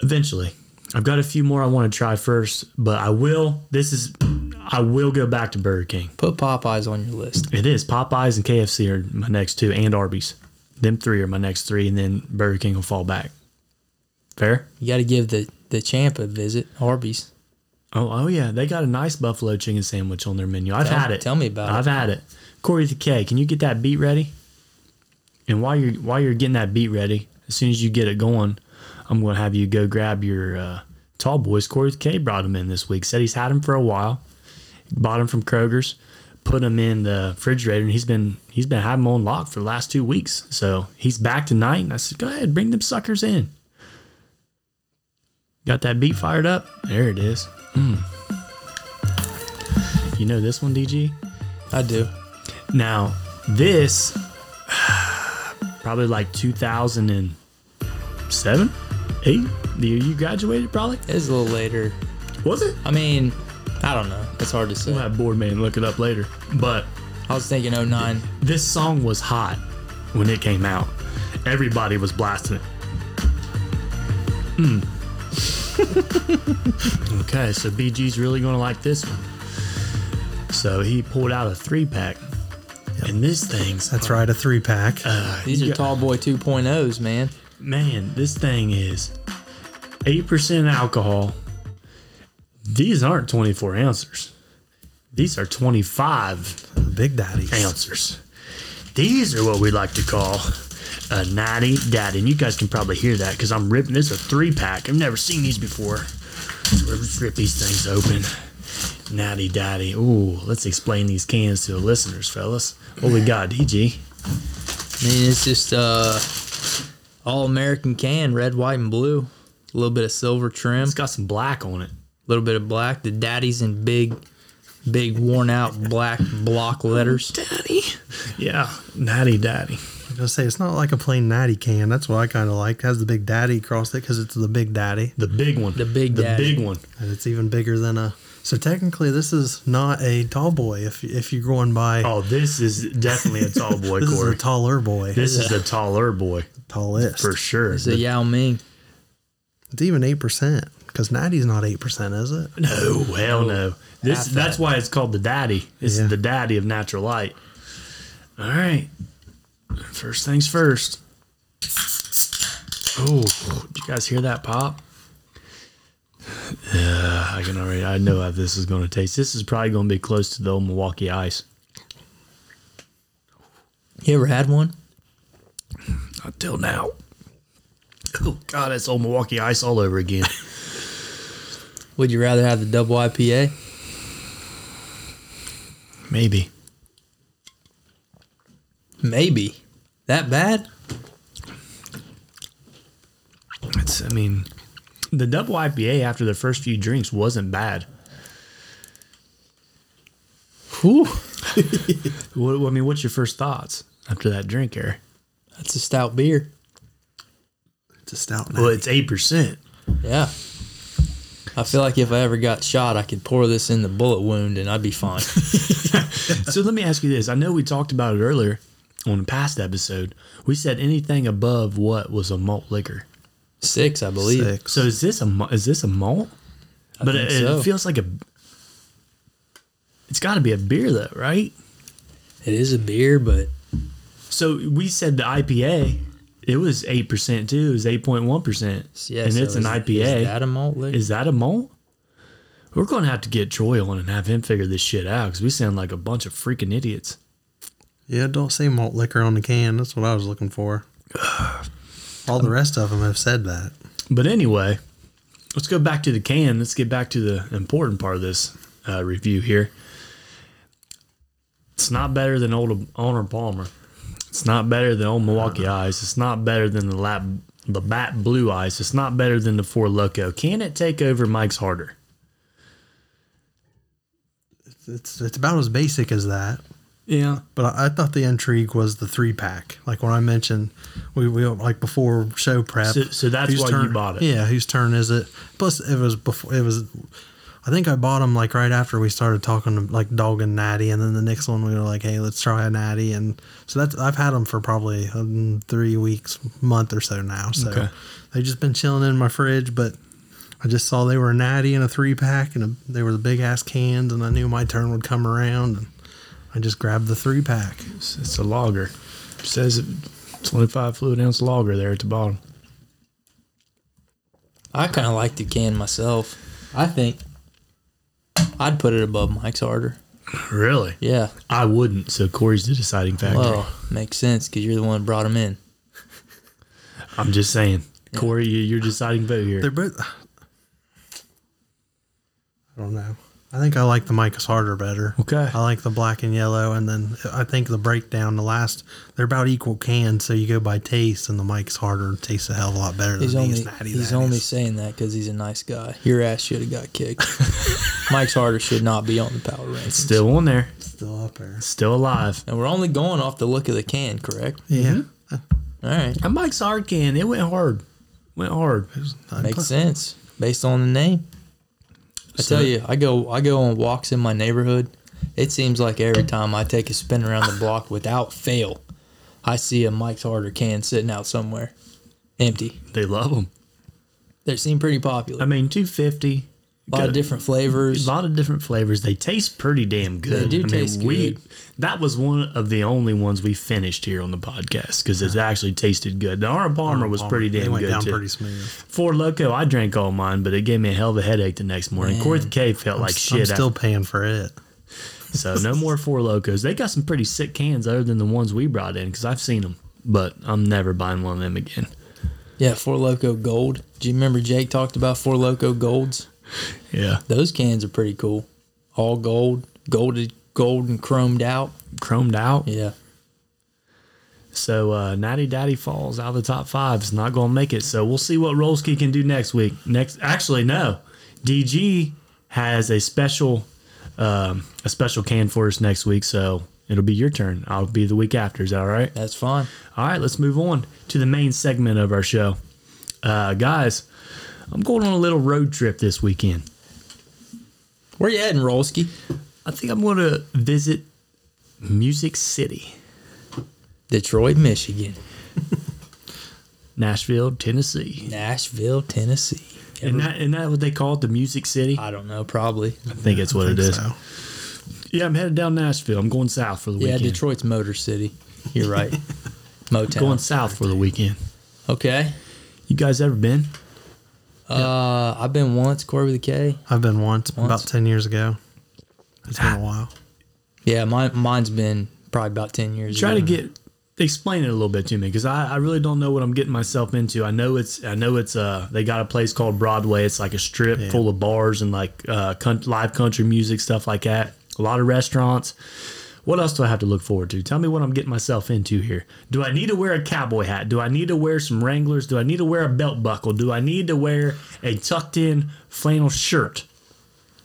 Speaker 1: eventually, I've got a few more I want to try first, but I will. This is, I will go back to Burger King.
Speaker 2: Put Popeyes on your list.
Speaker 1: It is Popeyes and KFC are my next two, and Arby's. Them three are my next three, and then Burger King will fall back. Fair?
Speaker 2: You got to give the the champ a visit. Arby's.
Speaker 1: Oh, oh yeah, they got a nice buffalo chicken sandwich on their menu. I've
Speaker 2: Tell-
Speaker 1: had it.
Speaker 2: tell me about
Speaker 1: I've
Speaker 2: it.
Speaker 1: had it. Corey the K, can you get that beat ready? And while you're while you're getting that beat ready, as soon as you get it going, I'm gonna have you go grab your uh, tall boys. Corey the K brought them in this week. Said he's had them for a while. Bought them from Kroger's. Put them in the refrigerator, and he's been he's been having them on lock for the last two weeks. So he's back tonight, and I said, go ahead, bring them suckers in. Got that beat fired up? There it is. You know this one, DG?
Speaker 2: I do.
Speaker 1: Now, this probably like 2007, 8, the year you graduated, probably.
Speaker 2: It's a little later.
Speaker 1: Was it?
Speaker 2: I mean, I don't know. It's hard to say.
Speaker 1: We'll have board man look it up later. But
Speaker 2: I was thinking 09.
Speaker 1: this song was hot when it came out. Everybody was blasting it. Mm. okay, so BG's really going to like this one. So he pulled out a three pack, and this thing's
Speaker 3: That's right, a three pack.
Speaker 1: Uh,
Speaker 2: These are
Speaker 1: Yeah.
Speaker 2: tall boy 2.0s, man.
Speaker 1: Man, this thing is 8% alcohol. These aren't 24 ounces. These are 25
Speaker 3: Big Daddy.
Speaker 1: ounces. These are what we like to call a natty daddy. And you guys can probably hear that because I'm ripping this a three pack. I've never seen these before. So we'll just rip these things open. Natty daddy. Ooh, let's explain these cans to the listeners, fellas. What we got, DG?
Speaker 2: I mean, it's just uh, all American can, red, white, and blue. A little bit of silver trim,
Speaker 1: It's got some black on it.
Speaker 2: a little bit of black. The daddy's in big, big worn out black block letters.
Speaker 1: Daddy. Yeah, natty daddy.
Speaker 3: I was gonna say it's not like a plain natty can. That's what I kind of like. It has the Big Daddy across it because it's the Big Daddy,
Speaker 1: The big one.
Speaker 2: The big
Speaker 1: The
Speaker 2: daddy.
Speaker 1: big one.
Speaker 3: and it's even bigger than a. So technically, this is not a tall boy. If if you're going by,
Speaker 1: Oh, this is definitely a tall boy,
Speaker 3: this
Speaker 1: Corey.
Speaker 3: is a taller boy.
Speaker 1: this is a taller boy
Speaker 3: tallest.
Speaker 1: for sure.
Speaker 2: It's a Yao Ming.
Speaker 3: It's even eight percent because natty's not eight percent, is it?
Speaker 1: no, hell no. This
Speaker 2: Half
Speaker 1: that's why it's called the daddy. This
Speaker 3: Yeah.
Speaker 1: is the daddy of natural light. All right. First things first. Oh, did you guys hear that pop? Yeah, I can already. I know how this is going to taste. This is probably going to be close to the old Milwaukee Ice.
Speaker 2: You ever had one?
Speaker 1: until now. Oh God, that's old Milwaukee ice all over again.
Speaker 2: Would you rather have the double IPA?
Speaker 1: Maybe.
Speaker 2: Maybe. That bad?
Speaker 1: It's, I mean, the double IPA after the first few drinks wasn't bad.
Speaker 2: Whew.
Speaker 1: What, I mean, what's your first thoughts after that drink, Eric?
Speaker 2: That's a stout beer.
Speaker 3: It's a stout.
Speaker 1: Well, it's 8%.
Speaker 2: Yeah. I feel like if I ever got shot, I could pour this in the bullet wound and I'd be fine.
Speaker 1: so let me ask you this. I know we talked about it earlier on a past episode. We said anything above what was a malt liquor.
Speaker 2: Six, I believe.
Speaker 3: Six.
Speaker 1: So is this a ma- is this a malt? but
Speaker 2: think
Speaker 1: it, it
Speaker 2: so.
Speaker 1: feels like a. It's got to be a beer though, right?
Speaker 2: It is a beer, but
Speaker 1: So we said the IPA, it was eight percent too. It was eight point one percent,
Speaker 2: yeah,
Speaker 1: and
Speaker 2: so
Speaker 1: it's an
Speaker 2: is-
Speaker 1: IPA.
Speaker 2: Is that a malt liquor?
Speaker 1: Is that a malt? We're going to have to get Troy on and have him figure this shit out because we sound like a bunch of freaking idiots.
Speaker 3: Yeah, don't say malt liquor on the can. That's what I was looking for. All the rest of them have said that.
Speaker 1: But anyway, let's go back to the can. Let's get back to the important part of this uh, review here. It's not better than old Honor Palmer. It's not better than old Milwaukee Eyes. It's not better than the lap, the Bat Blue Eyes. It's not better than the Four Loco. Can it take over Mike's Harder?
Speaker 3: It's it's about as basic as that.
Speaker 1: Yeah.
Speaker 3: But I, I thought the intrigue was the three pack. Like when I mentioned, we, we like before show prep.
Speaker 1: So- so that's
Speaker 3: whose
Speaker 1: why you bought it.
Speaker 3: Yeah, whose turn is it? Plus, it was before it was. I think I bought them like right after we started talking to like Dog and Natty, and then the next one we were like, hey, let's try a Natty, and so that's I've had them for probably um, three weeks, month or so now. So
Speaker 1: Okay.
Speaker 3: they've just been chilling in my fridge, but. I just saw they were a natty in a three pack, and a, they were the big ass cans, and I knew my turn would come around, and I just grabbed the three pack.
Speaker 1: It's, it's a lager. It says 25 fluid ounce lager there at the bottom.
Speaker 2: I kind of like the can myself. I think I'd put it above Mike's Harder.
Speaker 1: Really?
Speaker 2: Yeah.
Speaker 1: I wouldn't. So Corey's the deciding factor.
Speaker 2: Well, makes sense because you're the one who brought him in.
Speaker 1: I'm just saying. Corey, you- you're deciding vote here.
Speaker 3: They're both. I don't know. I think I like the Micah's Harder better.
Speaker 1: Okay.
Speaker 3: I like the black and yellow, and then I think the breakdown, the last, they're about equal cans, so you go by taste, and the Mike's Harder tastes a hell of a lot better
Speaker 2: He's
Speaker 3: than
Speaker 2: only
Speaker 3: these natty
Speaker 2: he's
Speaker 3: Natties.
Speaker 2: only saying that because he's a nice guy. Your ass should have got kicked. Mike's Harder should not be on the power rankings.
Speaker 1: Still on there.
Speaker 3: still up there.
Speaker 1: Still alive.
Speaker 2: and we're only going off the look of the can, correct?
Speaker 3: Yeah,
Speaker 2: All right,
Speaker 1: And Mike's hard can. It went hard. Went hard.
Speaker 3: I
Speaker 2: makes
Speaker 3: put-
Speaker 2: sense based on the name. I
Speaker 1: So-
Speaker 2: tell you, I go I go on walks in my neighborhood. It seems like every time I take a spin around the block without fail, I see a Mike's Harder can sitting out somewhere, empty.
Speaker 1: They love them.
Speaker 2: They seem pretty
Speaker 1: I
Speaker 2: popular.
Speaker 1: mean, 250.
Speaker 2: A lot
Speaker 1: Got
Speaker 2: of different
Speaker 1: A
Speaker 2: flavors.
Speaker 1: lot of different flavors. They taste pretty damn good.
Speaker 2: They do
Speaker 1: I mean,
Speaker 2: taste
Speaker 1: we,
Speaker 2: good.
Speaker 1: That was one of the only ones we finished here on the podcast because it actually tasted good. The Arnold Palmer was pretty
Speaker 3: They
Speaker 1: damn
Speaker 3: went
Speaker 1: good
Speaker 3: down
Speaker 1: too.
Speaker 3: pretty smooth.
Speaker 1: Four Loco, I drank all mine, but it gave me a hell of a headache the next morning. Corey K felt like shit.
Speaker 3: I'm
Speaker 1: after-
Speaker 3: still paying for it.
Speaker 1: So no more Four Locos. They got some pretty sick cans other than the ones we brought in because I've seen them, but I'm never buying one of them again.
Speaker 2: Yeah, Four Loco Gold. Do you remember Jake talked about Four Loco Golds?
Speaker 1: Yeah,
Speaker 2: Those cans are pretty cool. All gold, golded, gold and chromed out.
Speaker 1: chromed out.
Speaker 2: Yeah.
Speaker 1: So uh, Natty Daddy falls out of the top five. It's not going to make it. So we'll see what Rolski can do next week. Next, actually, no, DG has a special um, a special can for us next week. So it'll be your turn. I'll be the week after. Is that all right?
Speaker 2: That's fine.
Speaker 1: All right, let's move on to the main segment of our show. Uh, guys, I'm going on a little road trip this weekend.
Speaker 2: Where you heading, Rolski?
Speaker 1: I think I'm going to visit Music City,
Speaker 2: Detroit, Michigan.
Speaker 1: Nashville, Tennessee.
Speaker 2: Nashville, Tennessee.
Speaker 1: Isn't that, isn't that what they call it, the Music City? I
Speaker 2: I don't know, probably.
Speaker 1: think it's what it is.
Speaker 3: So,
Speaker 1: Yeah, I'm headed down Nashville. I'm going south for the
Speaker 2: Yeah,
Speaker 1: weekend.
Speaker 2: Detroit's Motor City. You're right. Motown.
Speaker 1: Going south for the weekend.
Speaker 2: Okay.
Speaker 1: You guys ever been?
Speaker 2: Uh, I've been once, Corey with a K.
Speaker 3: I've been once,
Speaker 2: Once? Ah.
Speaker 3: about 10 years ago. It's been a while.
Speaker 2: Yeah, mine, mine's been probably about 10 years
Speaker 1: Try to
Speaker 2: ago.
Speaker 1: get explain it a little bit to me because I, I really don't know what I'm getting myself into. I know it's I know it's uh they got a place called Broadway. It's like a strip full of bars and like uh con- live country music stuff like that. A lot of restaurants. What else do I have to look forward to? Tell me what I'm getting myself into here. Do I need to wear a cowboy hat? Do I need to wear some Wranglers? Do I need to wear a belt buckle? Do I need to wear a tucked in flannel shirt?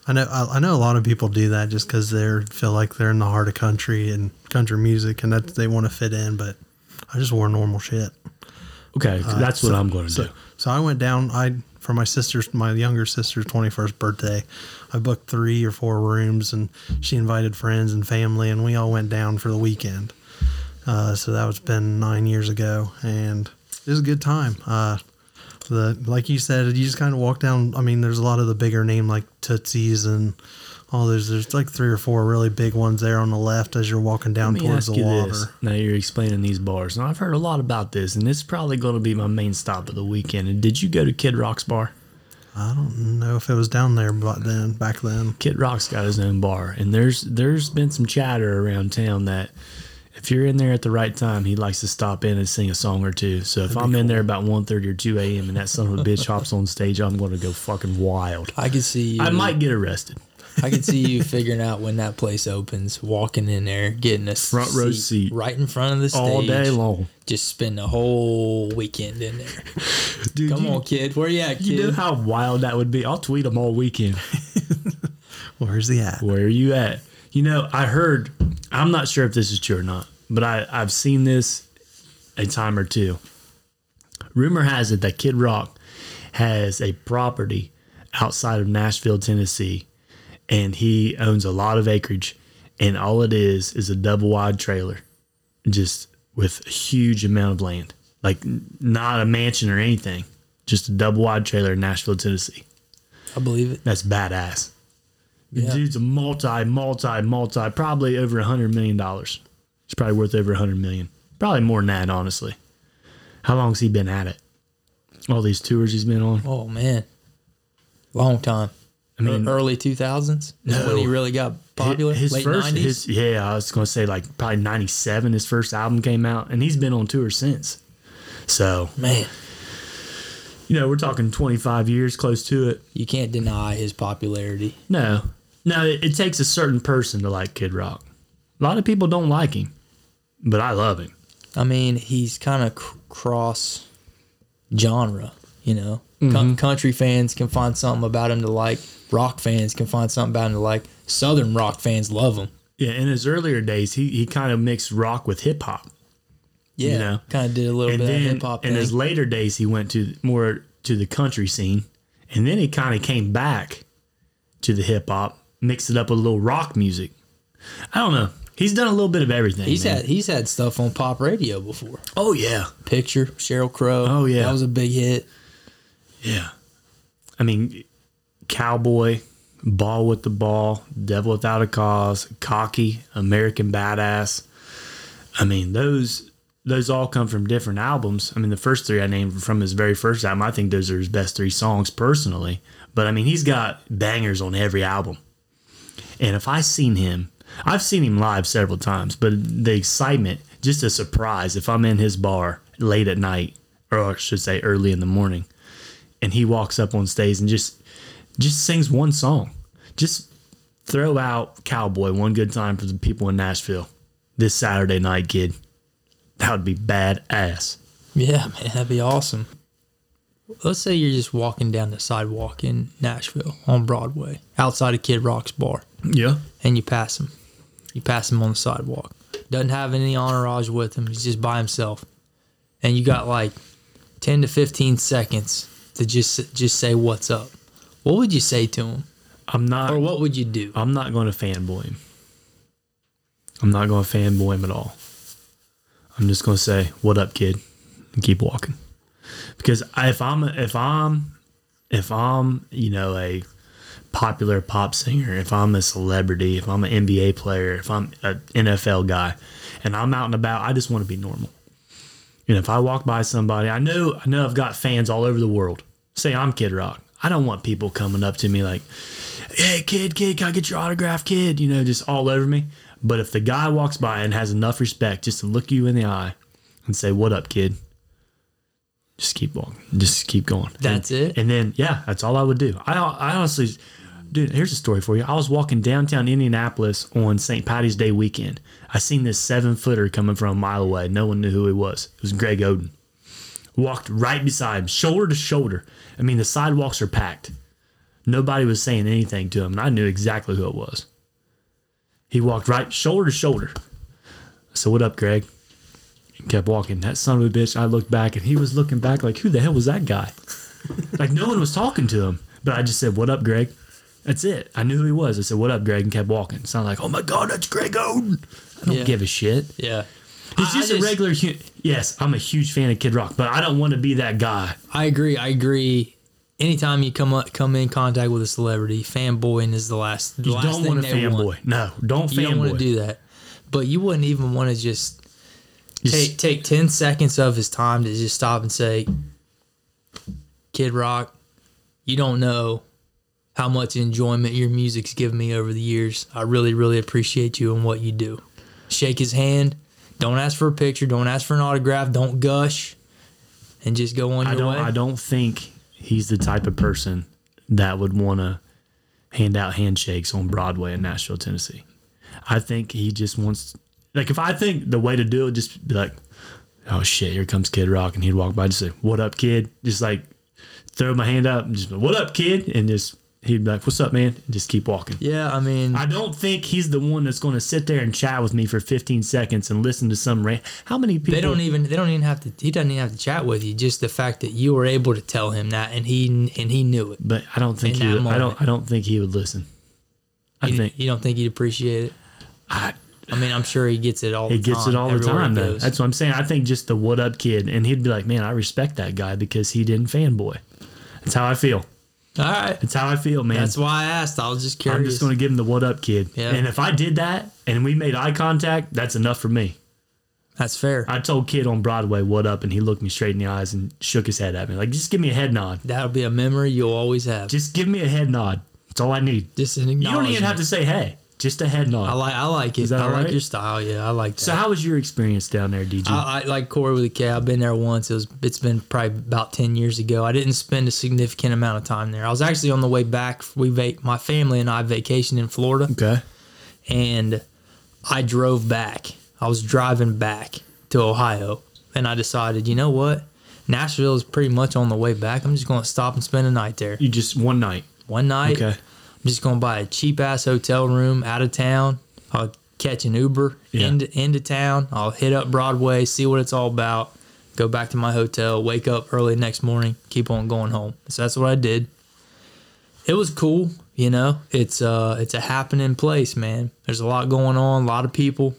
Speaker 3: I know I, I know a lot of people do that just because they feel like they're in the heart of country and country music and that they want to fit in. But I just wore normal shit.
Speaker 1: Okay, that's what I'm going to
Speaker 3: So,
Speaker 1: do.
Speaker 3: so I went down. I for my sister's my younger sister's twenty first birthday. I booked three or four rooms, and she invited friends and family, and we all went down for the weekend. Uh, so that was been nine years ago, and it was a good time. Uh, the like you said, you just kind of walk down. I mean, there's a lot of the bigger name like Tootsie's and all those. There's like three or four really big ones there on the left as you're walking down
Speaker 1: Let me
Speaker 3: towards
Speaker 1: ask
Speaker 3: the
Speaker 1: you
Speaker 3: water.
Speaker 1: this. Now you're explaining these bars, and I've heard a lot about this, and this is probably going to be my main stop of the weekend. And did you go to Kid Rock's bar?
Speaker 3: I don't know if it was down there, but then back then,
Speaker 1: Kid Rock's got his own bar, and there's there's been some chatter around town that if you're in there at the right time, he likes to stop in and sing a song or two. So if I'm in there about 1.30 or two a.m. and that son of a bitch hops on stage, I'm going to go fucking wild.
Speaker 2: I could see. You,
Speaker 1: I might get arrested.
Speaker 2: I could see you figuring out when that place opens, walking in there, getting a
Speaker 1: Front row seat.
Speaker 2: right in front of the stage
Speaker 1: All day long.
Speaker 2: Just spend the whole weekend in there.
Speaker 1: Dude,
Speaker 2: Come
Speaker 1: you,
Speaker 2: on, kid. Where you at, kid?
Speaker 1: you know how wild that would be? I'll tweet him all weekend.
Speaker 3: where's he at?
Speaker 1: Where are you at? You know, I heard, I'm not sure if this is true or not, but I, I've seen this a time or two. Rumor has it that Kid Rock has a property outside of Nashville, Tennessee, and he owns a lot of acreage, and all it is is a double wide trailer, just with a huge amount of land, like n- not a mansion or anything, just a double wide trailer in Nashville, Tennessee.
Speaker 2: I believe it.
Speaker 1: That's badass. The
Speaker 2: Yeah.
Speaker 1: dude's a multi, multi, multi, probably over a hundred million dollars. He's probably worth over a hundred million. Probably more than that, honestly. How long's he been at it? All these tours he's been on.
Speaker 2: Oh man, long time. I
Speaker 1: mean-
Speaker 2: mean, early two thousands is when he really got popular.
Speaker 1: His
Speaker 2: Late
Speaker 1: first,
Speaker 2: nineties.
Speaker 1: his yeah, I was gonna say like probably ninety seven. His first album came out, and he's been on tour since. So
Speaker 2: Man,
Speaker 1: you know, we're talking twenty five years, close to it.
Speaker 2: you can't deny his popularity.
Speaker 1: No, no, it, it takes a certain person to like Kid Rock. A lot of people don't like him, but I love him.
Speaker 2: I mean, he's kind of cr- cross genre. You know,
Speaker 1: Mm-hmm.
Speaker 2: Coun- country fans can find something about him to like. Rock fans can find something about him to like. Southern rock fans love him.
Speaker 1: Yeah, in his earlier days, he, he kind of mixed rock with hip hop,
Speaker 2: Yeah,
Speaker 1: know.
Speaker 2: kind of did a little
Speaker 1: and
Speaker 2: bit
Speaker 1: then
Speaker 2: of hip hop
Speaker 1: in
Speaker 2: thing.
Speaker 1: his later days, he went to more to the country scene, and then he kind of came back to the hip hop, mixed it up with a little rock music. I don't know. He's done a little bit of everything.
Speaker 2: he's
Speaker 1: man.
Speaker 2: had he's had stuff on pop radio before.
Speaker 1: oh yeah,
Speaker 2: Picture Cheryl Crow.
Speaker 1: Oh, yeah.
Speaker 2: that was a big hit.
Speaker 1: yeah. I mean, cowboy, ball with the ball, devil without a cause, cocky, American badass. I mean, those those all come from different albums. I mean, the first three I named were from his very first album. I think those are his best three songs personally. But I mean, he's got bangers on every album. And if I seen him, I've seen him live several times, but the excitement, just a surprise if I'm in his bar late at night, or I should say early in the morning, and he walks up on stage and just just sings one song. Just throw out Cowboy one good time for the people in Nashville this Saturday night, kid. That would be badass.
Speaker 2: Yeah, man, that'd be awesome. Let's say you're just walking down the sidewalk in Nashville on Broadway, outside of Kid Rock's bar,
Speaker 1: Yeah.
Speaker 2: and you pass him. You pass him on the sidewalk. Doesn't have any entourage with him. He's just by himself, and you got like ten to fifteen seconds to just just say what's up. What would you say to him,
Speaker 1: I'm not
Speaker 2: or what would you do?
Speaker 1: I'm not going to fanboy him. I'm not going to fanboy him at all. I'm just going to say, "What up, kid?" and keep walking. Because I- if I'm if I'm if I'm, you know, a popular pop singer, if I'm a celebrity, if I'm an NBA player, if I'm an NFL guy, and I'm out and about, I just want to be normal. And if I walk by somebody, I know I know I've got fans all over the world. Say I'm Kid Rock. I don't want people coming up to me like, hey kid, kid, can I get your autograph, kid? You know, just all over me. But if the guy walks by and has enough respect just to look you in the eye and say, "What up, kid?" Just keep walking. Just keep going.
Speaker 2: That's
Speaker 1: And-
Speaker 2: it?
Speaker 1: And then yeah, that's all I would do. I I honestly, dude, here's a story for you. I was walking downtown Indianapolis on St. Patty's Day weekend. I seen this seven footer coming from a mile away. No one knew who he was. It was Greg Oden. Walked right beside him, shoulder to shoulder. I mean, the sidewalks are packed. Nobody was saying anything to him, and I knew exactly who it was. He walked right shoulder to shoulder. I said, What up, Greg? And kept walking. That son of a bitch, I looked back and he was looking back like, Who the hell was that guy? like, no one was talking to him. But I just said, What up, Greg? That's it. I knew who he was. I said, What up, Greg? And kept walking. It's not like, Oh my God, that's Greg Oden. I don't
Speaker 2: Yeah.
Speaker 1: give a shit.
Speaker 2: Yeah.
Speaker 1: He's
Speaker 2: I- I
Speaker 1: just a regular. Hu- yes, I'm a huge fan of Kid Rock, but I don't want to be that guy.
Speaker 2: I agree. I agree. Anytime you come up, come in contact with a celebrity, fanboying is the last. The
Speaker 1: You
Speaker 2: last
Speaker 1: don't
Speaker 2: thing
Speaker 1: want to
Speaker 2: they want.
Speaker 1: fanboy. No, don't
Speaker 2: You don't want
Speaker 1: fanboy.
Speaker 2: to do that. But you wouldn't even want to just
Speaker 1: Just-
Speaker 2: take take ten seconds of his time to just stop and say, "Kid Rock, you don't know how much enjoyment your music's given me over the years. I really, really appreciate you and what you do." Shake his hand. Don't ask for a picture. Don't ask for an autograph. Don't gush, and just go on
Speaker 1: I
Speaker 2: your
Speaker 1: don't.
Speaker 2: way.
Speaker 1: I don't think he's the type of person that would want to hand out handshakes on Broadway in Nashville, Tennessee. I think he just wants. Like, if I think the way to do it, just be like, "Oh shit, here comes Kid Rock," and he'd walk by, and just say, "What up, kid?" Just like throw my hand up and just, be, "What up, kid?" And just he'd be like, "What's up, man?" And just keep walking.
Speaker 2: yeah, I mean,
Speaker 1: I don't think he's the one that's going to sit there and chat with me for 15 seconds and listen to some rant. How many people?
Speaker 2: They don't even they don't even have to he doesn't even have to chat with you. Just the fact that you were able to tell him that and he and he knew it.
Speaker 1: But I don't think
Speaker 2: In
Speaker 1: he.
Speaker 2: that
Speaker 1: Would, I don't.
Speaker 2: moment.
Speaker 1: I don't think he would listen. I
Speaker 2: You,
Speaker 1: think
Speaker 2: you don't think he'd appreciate it?
Speaker 1: I,
Speaker 2: I mean, I'm sure he gets it all.
Speaker 1: he
Speaker 2: the time,
Speaker 1: gets it all the
Speaker 2: everywhere he
Speaker 1: time. Though
Speaker 2: goes.
Speaker 1: that's what I'm saying. I think just the what up kid, and he'd be like, "Man, I respect that guy because he didn't fanboy." That's how I feel.
Speaker 2: all right.
Speaker 1: That's how I feel, man.
Speaker 2: That's why I asked. I was just curious.
Speaker 1: I'm just going to give him the what up kid.
Speaker 2: Yeah.
Speaker 1: And if I did that and we made eye contact, that's enough for me.
Speaker 2: that's fair.
Speaker 1: I told kid on Broadway what up, and he looked me straight in the eyes and shook his head at me like, "Just give me a head nod.
Speaker 2: That'll be a memory you'll always have. Just,
Speaker 1: Just give me a head nod. That's all I need."
Speaker 2: an
Speaker 1: You
Speaker 2: acknowledgement.
Speaker 1: don't even have to say hey. Just a head nod.
Speaker 2: I like I like it.
Speaker 1: that
Speaker 2: I like
Speaker 1: alright?
Speaker 2: your style. Yeah, I like that.
Speaker 1: so how was your experience down there, DJ?
Speaker 2: I, I like Corey with a K. I've been there once. It was it's been probably about ten years ago. I didn't spend a significant amount of time there. I was actually on the way back. We va- my family and I vacationed in Florida,
Speaker 1: okay.
Speaker 2: and I drove back. I was driving back to Ohio, and I decided, you know what, Nashville is pretty much on the way back. I'm just going to stop and spend a night there.
Speaker 1: You just one night.
Speaker 2: One night,
Speaker 1: Okay.
Speaker 2: I'm just going to buy a cheap ass hotel room out of town. I'll catch an Uber
Speaker 1: Yeah.
Speaker 2: into, into town. I'll hit up Broadway, see what it's all about, go back to my hotel, wake up early next morning, keep on going home. So that's what I did. It was cool, you know. It's uh it's a happening place, man. There's a lot going on, a lot of people.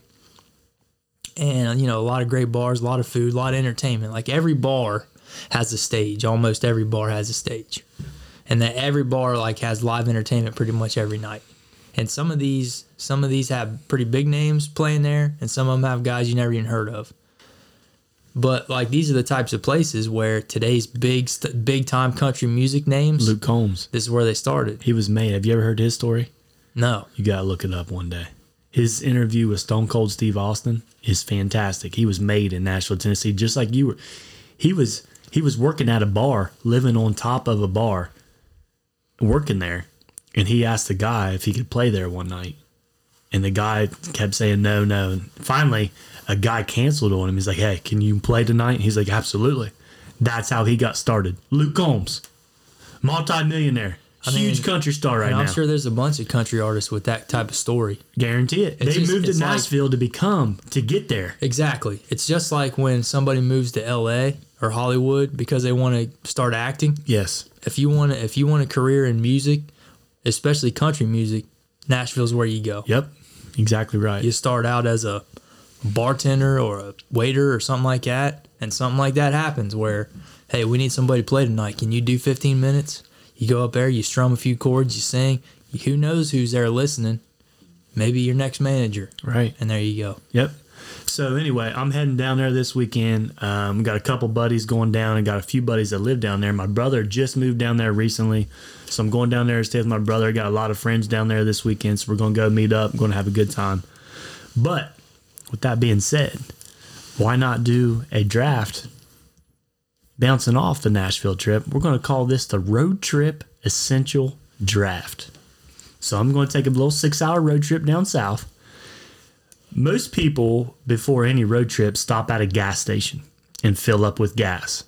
Speaker 2: And you know, a lot of great bars, a lot of food, a lot of entertainment. Like every bar has a stage. Almost every bar has a stage and that every bar like has live entertainment pretty much every night. And some of these, some of these have pretty big names playing there, and some of them have guys you never even heard of. But like these are the types of places where today's big, st- big time country music names.
Speaker 1: Luke Combs.
Speaker 2: This is where they started.
Speaker 1: He was made. Have you ever heard his story?
Speaker 2: No,
Speaker 1: You gotta look it up one day. His interview with Stone Cold Steve Austin is fantastic. He was made in Nashville, Tennessee, just like you were. He was he was working at a bar, living on top of a bar, working there, and he asked the guy if he could play there one night. And the guy kept saying no, no. And finally, a guy canceled on him. He's like, "Hey, can you play tonight?" He's like, "Absolutely." That's how he got started. Luke Combs, multi-millionaire, huge
Speaker 2: mean,
Speaker 1: country star right
Speaker 2: and I'm
Speaker 1: now.
Speaker 2: sure there's a bunch of country artists with that type of story.
Speaker 1: Guarantee it. they
Speaker 2: just-
Speaker 1: moved to
Speaker 2: it's like-
Speaker 1: Nashville to become to get there.
Speaker 2: Exactly. It's just like when somebody moves to L.A. or Hollywood because they want to start acting.
Speaker 1: Yes.
Speaker 2: if you want to if you want a career in music, especially country music, Nashville's where you go.
Speaker 1: Yep. Exactly right.
Speaker 2: You start out as a bartender or a waiter or something like that, and something like that happens where, hey, we need somebody to play tonight. Can you do 15 minutes? You go up there, you strum a few chords, you sing. Who knows who's there listening? Maybe your next manager,
Speaker 1: Right.
Speaker 2: and there you go.
Speaker 1: Yep. So anyway, I'm heading down there this weekend. Um, got a couple buddies going down, and got a few buddies that live down there. My brother just moved down there recently, so I'm going down there to stay with my brother. Got a lot of friends down there this weekend, so we're gonna go meet up. Going to have a good time. But with that being said, why not do a draft bouncing off the Nashville trip? We're going to call this the road trip essential draft. So I'm going to take a little six hour road trip down south. Most people, before any road trip, stop at a gas station and fill up with gas.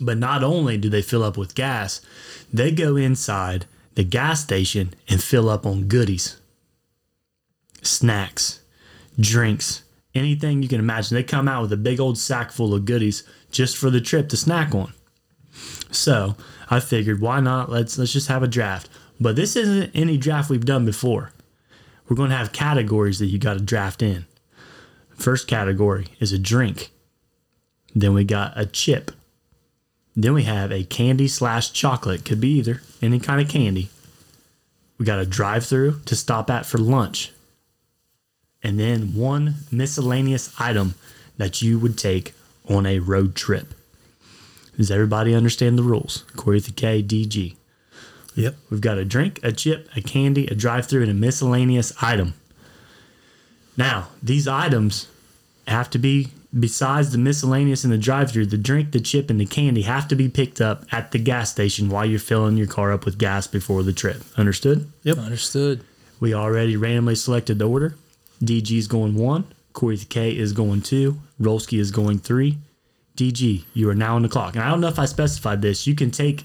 Speaker 1: But not only do they fill up with gas, they go inside the gas station and fill up on goodies, snacks, drinks, anything you can imagine. They come out with a big old sack full of goodies just for the trip to snack on. So I figured, why not? Let's let's just have a draft. But this isn't any draft we've done before. We're going to have categories that you got to draft in. First category is a drink. Then we got a chip. Then we have a candy slash chocolate. Could be either any kind of candy. We got a drive through to stop at for lunch and then one miscellaneous item that you would take on a road trip. Does everybody understand the rules? Corey with the K, DG.
Speaker 3: Yep.
Speaker 1: We've got a drink, a chip, a candy, a drive through, and a miscellaneous item. Now, these items have to be, besides the miscellaneous and the drive through, the drink, the chip, and the candy have to be picked up at the gas station while you're filling your car up with gas before the trip. Understood?
Speaker 3: Yep.
Speaker 2: Understood.
Speaker 1: We already randomly selected the order. DG's going one. Corey the K is going two. Rolski is going three. DG, you are now on the clock. And I don't know if I specified this. You can take,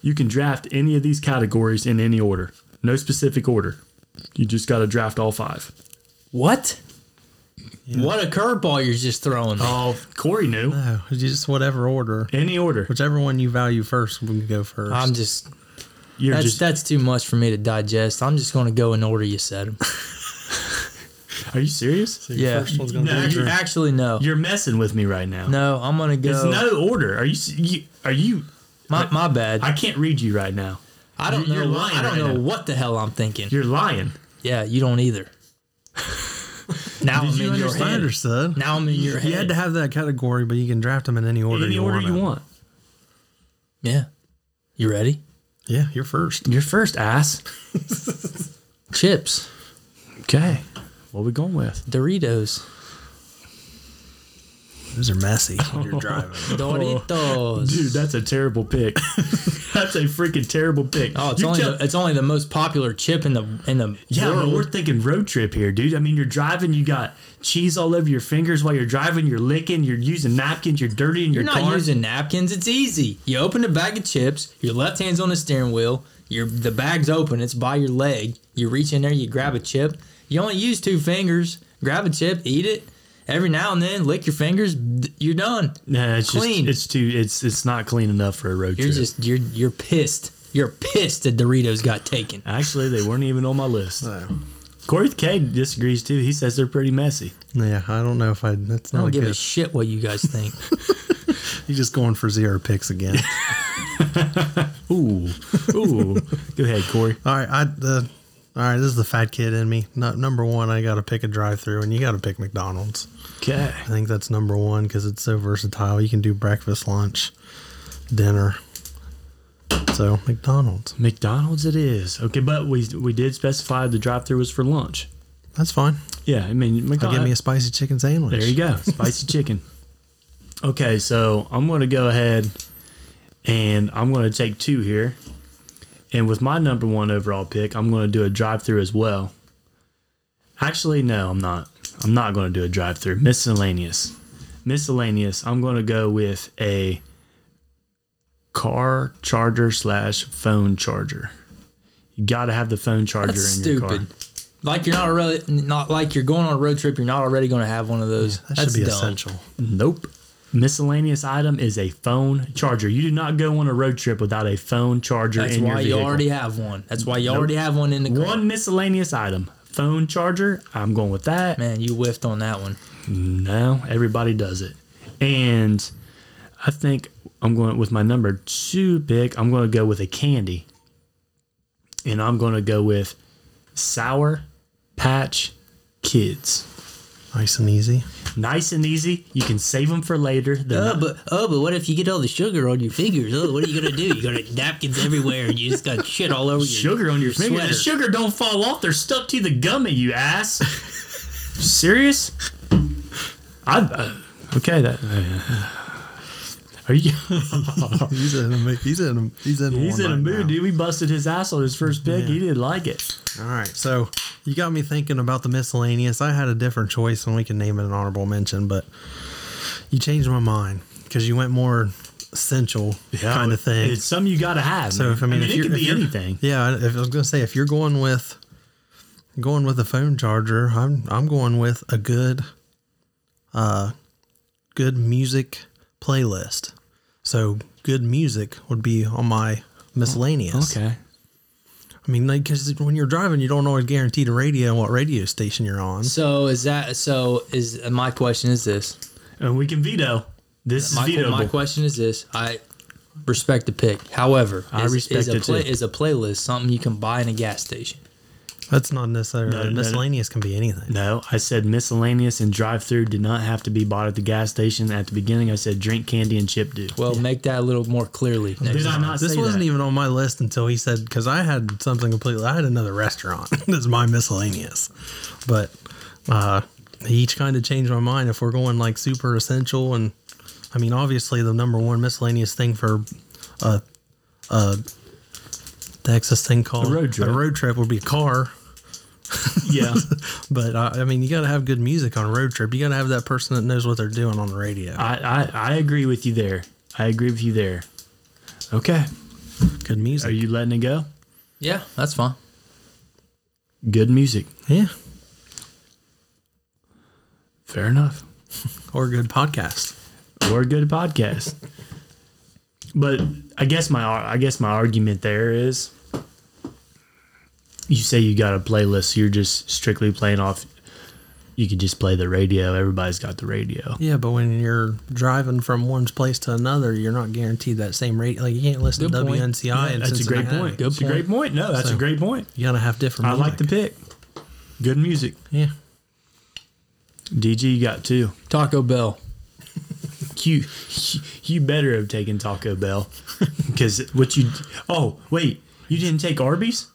Speaker 1: you can draft any of these categories in any order. No specific order. You just got to draft all five.
Speaker 2: What? What a curveball you're just throwing. me.
Speaker 1: Oh, Corey knew.
Speaker 3: Oh, just whatever order,
Speaker 1: Any order.
Speaker 3: whichever one you value first, we can go 1st
Speaker 2: I'm just
Speaker 1: You're
Speaker 2: that's
Speaker 1: just,
Speaker 2: that's too much for me to digest. I'm just going to go in order you said 'em.
Speaker 1: are you serious?
Speaker 3: So your
Speaker 2: yeah.
Speaker 3: First one's gonna
Speaker 1: No,
Speaker 3: be a
Speaker 1: you
Speaker 3: drink.
Speaker 2: Actually, no,
Speaker 1: You're messing with me right now.
Speaker 2: no. I'm going to
Speaker 1: It's
Speaker 2: go.
Speaker 1: no order. Are you, s- you, are you,
Speaker 2: my, my bad.
Speaker 1: I can't read you right now.
Speaker 2: I don't
Speaker 1: You're
Speaker 2: know.
Speaker 1: lying
Speaker 2: I don't
Speaker 1: right
Speaker 2: know
Speaker 1: now.
Speaker 2: what the hell I'm thinking.
Speaker 1: You're lying.
Speaker 2: yeah, you don't either. now I'm
Speaker 3: You
Speaker 2: in your
Speaker 3: understand-
Speaker 2: head.
Speaker 3: understood.
Speaker 2: Now I'm in your head.
Speaker 3: You had to have that category, but you can draft them in any order.
Speaker 1: Any
Speaker 3: you
Speaker 1: order
Speaker 3: want
Speaker 1: you
Speaker 3: them.
Speaker 1: want.
Speaker 2: yeah. You ready?
Speaker 3: Yeah, you're first.
Speaker 1: You're first, ass.
Speaker 2: Chips,
Speaker 1: Okay. What we going with?
Speaker 2: Doritos,
Speaker 3: Those are messy. when You're driving.
Speaker 2: Oh. Doritos.
Speaker 1: Dude, that's a terrible pick. that's a freaking terrible pick.
Speaker 2: Oh, it's
Speaker 1: You
Speaker 2: only
Speaker 1: tell-
Speaker 2: the, it's only the most popular chip in the in the
Speaker 1: yeah, but
Speaker 2: world.
Speaker 1: we're thinking road trip here, dude. I mean, you're driving, you got cheese all over your fingers while you're driving, you're licking, you're using napkins, you're dirtying your
Speaker 2: You're not
Speaker 1: car.
Speaker 2: using napkins. It's easy. You open a bag of chips. Your left hand's on the steering wheel. Your the bag's open. It's by your leg. You reach in there. You grab a chip. You only use two fingers. Grab a chip. Eat it. Every now and then, lick your fingers. d- You're done.
Speaker 1: nah, it's
Speaker 2: clean.
Speaker 1: just it's too it's it's not clean enough for a road
Speaker 2: You're
Speaker 1: trip.
Speaker 2: just you're you're pissed. You're pissed that Doritos got taken.
Speaker 1: Actually, they weren't even on my list.
Speaker 3: So,
Speaker 1: Corey K disagrees too. He says they're pretty messy.
Speaker 3: yeah, I don't know if I. That's
Speaker 2: I
Speaker 3: not
Speaker 2: don't
Speaker 3: a
Speaker 2: give
Speaker 3: good.
Speaker 2: a shit what you guys think.
Speaker 3: You're just going for zero picks again.
Speaker 1: Ooh, ooh. Go ahead, Corey.
Speaker 3: all right, I the. All right, this is the fat kid in me. No, number one, I got to pick a drive-through, and you got to pick McDonald's.
Speaker 1: Okay.
Speaker 3: I think that's number one because it's so versatile. You can do breakfast, lunch, dinner. So McDonald's,
Speaker 1: McDonald's it is. Okay, but we we did specify the drive through was for lunch.
Speaker 3: that's fine.
Speaker 1: Yeah, I mean
Speaker 3: I'll
Speaker 1: McDonald's.
Speaker 3: Oh, give me a spicy chicken sandwich.
Speaker 1: there you go, spicy chicken. Okay, so I'm going to go ahead and I'm going to take two here. And with my number one overall pick, I'm going to do a drive through as well. Actually, no, I'm not. I'm not going to do a drive through. Miscellaneous. Miscellaneous, I'm going to go with a car charger slash phone charger. You got to have the phone charger
Speaker 2: That's
Speaker 1: in your car.
Speaker 2: stupid. Like you're not really not like you're going on a road trip. You're not already going to have one of those.
Speaker 3: That
Speaker 2: That's
Speaker 3: should be
Speaker 2: dumb.
Speaker 3: essential.
Speaker 1: Nope. Miscellaneous item is a phone charger. You do not go on a road trip without a phone charger
Speaker 2: That's
Speaker 1: in your
Speaker 2: why you
Speaker 1: vehicle.
Speaker 2: already have one. That's why you already have one in the car.
Speaker 1: One miscellaneous item. Phone charger. I'm going with that.
Speaker 2: Man, you whiffed on that one.
Speaker 1: No, everybody does it. And I think I'm going with my number two pick. I'm going to go with a candy. And I'm going to go with Sour Patch Kids.
Speaker 3: Nice and easy.
Speaker 1: Nice and easy. You can save them for later.
Speaker 2: Uh,
Speaker 1: They're
Speaker 4: Oh,
Speaker 1: not-
Speaker 4: but oh, but what if you get all the sugar on your fingers? Oh, what are you gonna do? You got napkins everywhere, and you just got shit all over your
Speaker 1: sugar on your finger. The
Speaker 4: sweater.
Speaker 1: sugar don't fall off. They're stuck to the gummy, you ass. Serious? I uh, okay. That uh, are you?
Speaker 3: He's in a mood. He's in a, he's in
Speaker 1: He's
Speaker 3: one
Speaker 1: in a
Speaker 3: right
Speaker 1: mood,
Speaker 3: now.
Speaker 1: dude. We busted his ass on his first pick. He didn't like it.
Speaker 3: All right. So you got me thinking about the miscellaneous. I had a different choice and we can name it an honorable mention, but you changed my mind because you went more essential kind of thing.
Speaker 1: It's something you gotta have.
Speaker 3: So
Speaker 1: man.
Speaker 3: if I mean, if
Speaker 1: it
Speaker 3: you're-
Speaker 1: could
Speaker 3: if
Speaker 1: be
Speaker 3: you're-
Speaker 1: anything.
Speaker 3: Yeah, if I was gonna say if you're going with going with a phone charger, I'm I'm going with a good uh good music playlist. So good music would be on my miscellaneous.
Speaker 1: Okay.
Speaker 3: I mean, like because when you're driving, you don't always guarantee the radio and what radio station you're on.
Speaker 2: So is that so? Is uh, my question is this?
Speaker 1: And we can veto. This
Speaker 2: My,
Speaker 1: is veto.
Speaker 2: my question is this. I respect the pick. However,
Speaker 1: I
Speaker 2: is,
Speaker 1: respect
Speaker 2: is a
Speaker 1: it too.
Speaker 2: Is a playlist something you can buy in a gas station?
Speaker 3: That's not necessarily
Speaker 1: No, no, no.
Speaker 3: miscellaneous. Can be anything.
Speaker 1: No, I said miscellaneous and drive through did not have to be bought at the gas station. At the beginning, I said drink candy and chip do.
Speaker 2: Well, make that a little more clearly. Next
Speaker 1: Did I
Speaker 2: time.
Speaker 1: not
Speaker 3: This
Speaker 1: say
Speaker 3: wasn't
Speaker 1: that?
Speaker 3: even on my list until he said because I had something completely. I had another restaurant. That's my miscellaneous, but uh, he each kind of changed my mind. If we're going like super essential, and I mean, obviously the number one miscellaneous thing for uh, uh, Texas thing called
Speaker 1: road trip.
Speaker 3: a road trip would be a car.
Speaker 1: Yeah.
Speaker 3: But uh, I, I mean, you got to have good music on a road trip. You got to have that person that knows what they're doing on the radio.
Speaker 1: I, I, I agree with you there. I agree with you there. Okay. Are
Speaker 3: Good music.
Speaker 1: you letting it go?
Speaker 2: Yeah, that's fine.
Speaker 1: Good music.
Speaker 3: yeah.
Speaker 1: Fair enough.
Speaker 3: Or good podcast.
Speaker 1: Or a good podcast. but I guess my ar- I guess my argument there is you say you got a playlist, so you're just strictly playing off you could just play the radio. Everybody's got the radio.
Speaker 3: Yeah, but when you're driving from one's place to another, you're not guaranteed that same rate. Like you can't listen
Speaker 2: Good
Speaker 3: to
Speaker 2: point.
Speaker 3: WNCI. in
Speaker 1: That's a great
Speaker 3: Cincinnati.
Speaker 1: point.
Speaker 2: Good
Speaker 1: That's a great point. No, that's
Speaker 3: So-
Speaker 1: a great point.
Speaker 3: You gotta have different.
Speaker 1: I like the
Speaker 3: music.
Speaker 1: pick. Good music.
Speaker 3: Yeah,
Speaker 1: DG, you got two.
Speaker 2: Taco Bell.
Speaker 1: you you better have taken Taco Bell because what you oh wait you didn't take Arby's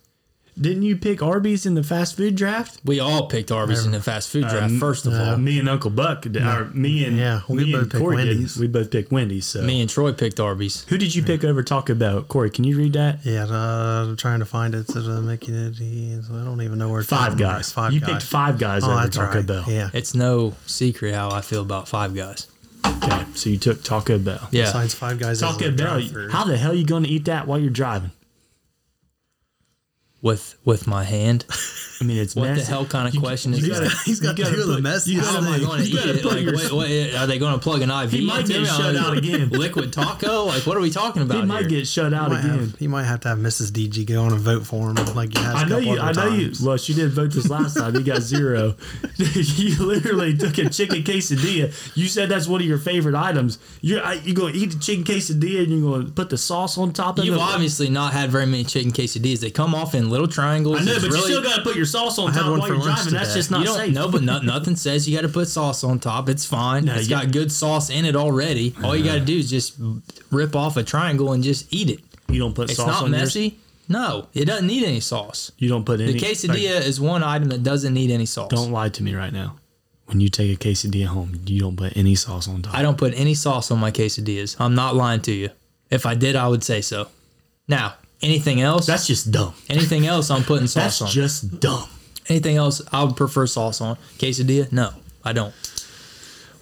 Speaker 1: didn't you pick Arby's in the fast food draft
Speaker 2: We all picked Arby's in the fast food draft.
Speaker 1: Uh,
Speaker 2: First of all,
Speaker 1: me and Uncle Buck did- or me and
Speaker 3: Uh, Yeah, we
Speaker 1: me
Speaker 3: both
Speaker 1: and
Speaker 3: picked
Speaker 1: Corey did.
Speaker 3: Wendy's.
Speaker 1: we both picked Wendy's so
Speaker 2: me and Troy picked Arby's.
Speaker 1: who did you pick over Taco Bell Corey can you read that
Speaker 3: yeah. Uh, I'm trying to find it. So the Mickey, I don't even know where. it's
Speaker 1: Five
Speaker 3: from.
Speaker 1: Guys
Speaker 3: Five
Speaker 1: you
Speaker 3: guys.
Speaker 1: picked Five Guys
Speaker 3: Oh,
Speaker 1: over
Speaker 3: that's
Speaker 1: Taco
Speaker 3: right.
Speaker 1: Bell
Speaker 3: Yeah.
Speaker 2: It's no secret how I feel about Five Guys.
Speaker 1: okay so you took Taco Bell
Speaker 2: Yeah,
Speaker 3: Besides Five Guys. is
Speaker 1: Taco
Speaker 3: a
Speaker 1: Bell
Speaker 3: drive-thru.
Speaker 1: how the hell you gonna eat that while you're driving
Speaker 2: with with my hand.
Speaker 1: I mean it's
Speaker 2: What the
Speaker 1: messy.
Speaker 2: hell kind of
Speaker 1: You-
Speaker 2: question is
Speaker 1: you
Speaker 2: that?
Speaker 1: gotta-
Speaker 3: He's got
Speaker 1: you gotta
Speaker 3: two of the
Speaker 1: put-
Speaker 3: mess-
Speaker 1: you
Speaker 2: How am I
Speaker 1: gotta-
Speaker 2: going to
Speaker 1: you
Speaker 2: eat
Speaker 1: gotta
Speaker 2: it?
Speaker 1: put
Speaker 2: Like,
Speaker 1: your-
Speaker 2: what, what, are they going to plug an IV?
Speaker 1: He might
Speaker 2: into
Speaker 1: get
Speaker 2: me?
Speaker 1: shut
Speaker 2: Like,
Speaker 1: out again.
Speaker 2: Liquid taco? Like, what are we talking about?
Speaker 1: He might
Speaker 2: here?
Speaker 1: get shut out
Speaker 3: Might
Speaker 1: again.
Speaker 3: have, you might have to have Mrs. DG go on and vote for him, like you had a
Speaker 1: I know
Speaker 3: couple
Speaker 1: you.
Speaker 3: other
Speaker 1: I know you.
Speaker 3: times.
Speaker 1: Well, she did vote this last time. You got zero. you literally took a chicken quesadilla. You said that's one of your favorite items. You're I, you're gonna eat the chicken quesadilla and you're gonna put the sauce on top of
Speaker 2: You've
Speaker 1: it.
Speaker 2: obviously not had very many chicken quesadillas. They come off in little triangles.
Speaker 1: I know,
Speaker 2: It's
Speaker 1: but you
Speaker 2: really-
Speaker 1: still gotta put your sauce on
Speaker 3: had
Speaker 1: top
Speaker 3: one
Speaker 1: while
Speaker 3: for
Speaker 1: you're
Speaker 3: lunch
Speaker 1: driving. That's
Speaker 3: today.
Speaker 1: just not
Speaker 2: you don't
Speaker 1: safe.
Speaker 2: know, but no, nothing says you got to put sauce on top. It's fine.
Speaker 1: No,
Speaker 2: It's
Speaker 1: you-
Speaker 2: got good sauce in it already. All you got to do is just rip off a triangle and just eat it.
Speaker 1: You don't put
Speaker 2: It's
Speaker 1: sauce
Speaker 2: not
Speaker 1: on
Speaker 2: messy.
Speaker 1: yours.
Speaker 2: No, it doesn't need any sauce.
Speaker 1: You don't put any.
Speaker 2: The quesadilla is one item that doesn't need any sauce.
Speaker 1: don't lie to me right now. When you take a quesadilla home, you don't put any sauce on top.
Speaker 2: I don't put any sauce on my quesadillas. I'm not lying to you. If I did, I would say so. Now, anything else?
Speaker 1: that's just dumb.
Speaker 2: anything else? I'm putting sauce
Speaker 1: That's
Speaker 2: on.
Speaker 1: just dumb.
Speaker 2: anything else? I would prefer sauce on quesadilla. No, I don't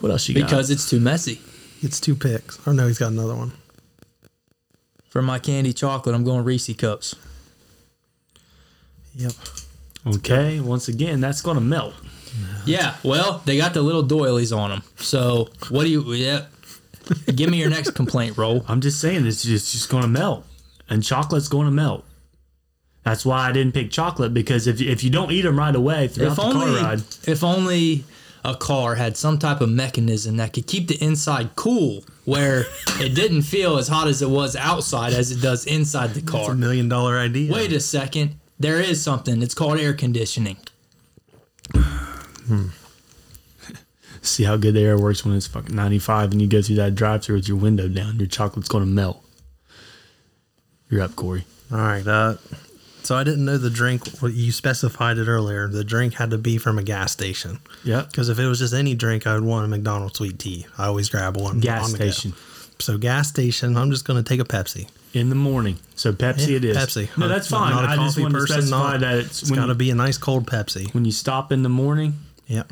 Speaker 1: What else you got?
Speaker 2: because it's too messy.
Speaker 3: It's two picks. Oh no, he's got another one.
Speaker 2: For my candy chocolate, I'm going Reese cups.
Speaker 3: Yep.
Speaker 1: okay, once again, that's gonna melt.
Speaker 2: Yeah, well, they got the little doilies on them. So what do you? Yeah, give me your next complaint roll.
Speaker 1: I'm just saying it's just, it's just going to melt, and chocolate's going to melt. That's why I didn't pick chocolate because if if you don't eat them right away throughout
Speaker 2: If
Speaker 1: the
Speaker 2: only,
Speaker 1: car ride,
Speaker 2: if only a car had some type of mechanism that could keep the inside cool, where it didn't feel as hot as it was outside as it does inside the
Speaker 3: It's a
Speaker 2: car.
Speaker 3: million dollar idea.
Speaker 2: Wait a second, there is something. It's called air conditioning.
Speaker 1: see how good the air works when it's fucking 95 and you go through that drive through with your window down. Your chocolate's going to melt. You're up, Corey.
Speaker 3: All right. Uh, so I didn't know the drink. Well, you specified it earlier. The drink had to be from a gas station.
Speaker 1: Yep.
Speaker 3: Because if it was just any drink, I would want a McDonald's sweet tea. I always grab one.
Speaker 1: Gas
Speaker 3: on the go.
Speaker 1: station.
Speaker 3: So gas station. I'm just gonna take a Pepsi.
Speaker 1: In the morning. So Pepsi
Speaker 3: Yeah,
Speaker 1: it is.
Speaker 3: Pepsi.
Speaker 1: No,
Speaker 3: I'm
Speaker 1: that's
Speaker 3: not-
Speaker 1: fine.
Speaker 3: not a
Speaker 1: I just
Speaker 3: coffee
Speaker 1: wanted to
Speaker 3: person,
Speaker 1: specify
Speaker 3: not-
Speaker 1: that it's,
Speaker 3: It's
Speaker 1: when,
Speaker 3: got to be a nice cold Pepsi.
Speaker 1: when you stop in the morning.
Speaker 3: Yep.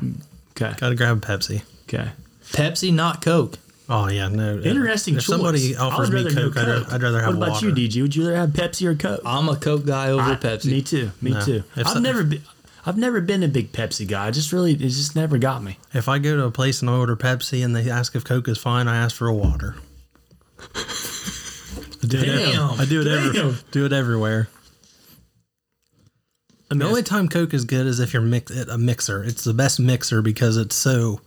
Speaker 1: Okay.
Speaker 3: Got to grab a Pepsi.
Speaker 1: Okay.
Speaker 2: Pepsi, not Coke.
Speaker 3: Oh yeah, no.
Speaker 1: Interesting
Speaker 3: If
Speaker 1: choice.
Speaker 3: somebody
Speaker 1: I
Speaker 3: offers
Speaker 1: would
Speaker 3: me
Speaker 1: rather do
Speaker 3: Coke, I'd, ra- I'd rather have
Speaker 1: What about
Speaker 3: water.
Speaker 1: you, DG? Would you rather have Pepsi or Coke?
Speaker 2: I'm a Coke guy over
Speaker 1: I-
Speaker 2: Pepsi.
Speaker 1: Me too. Me
Speaker 3: No.
Speaker 1: too.
Speaker 3: If
Speaker 1: I've
Speaker 3: so-
Speaker 1: never been. I've never been a big Pepsi guy. I just really, it just never got me.
Speaker 3: If I go to a place and I order Pepsi and they ask if Coke is fine, I ask for a water. I do It
Speaker 2: Damn.
Speaker 3: every- I do it
Speaker 1: Damn.
Speaker 3: every, do it everywhere.
Speaker 1: I mean,
Speaker 3: The only time Coke is good is if you're mix it a mixer. It's the best mixer because it's so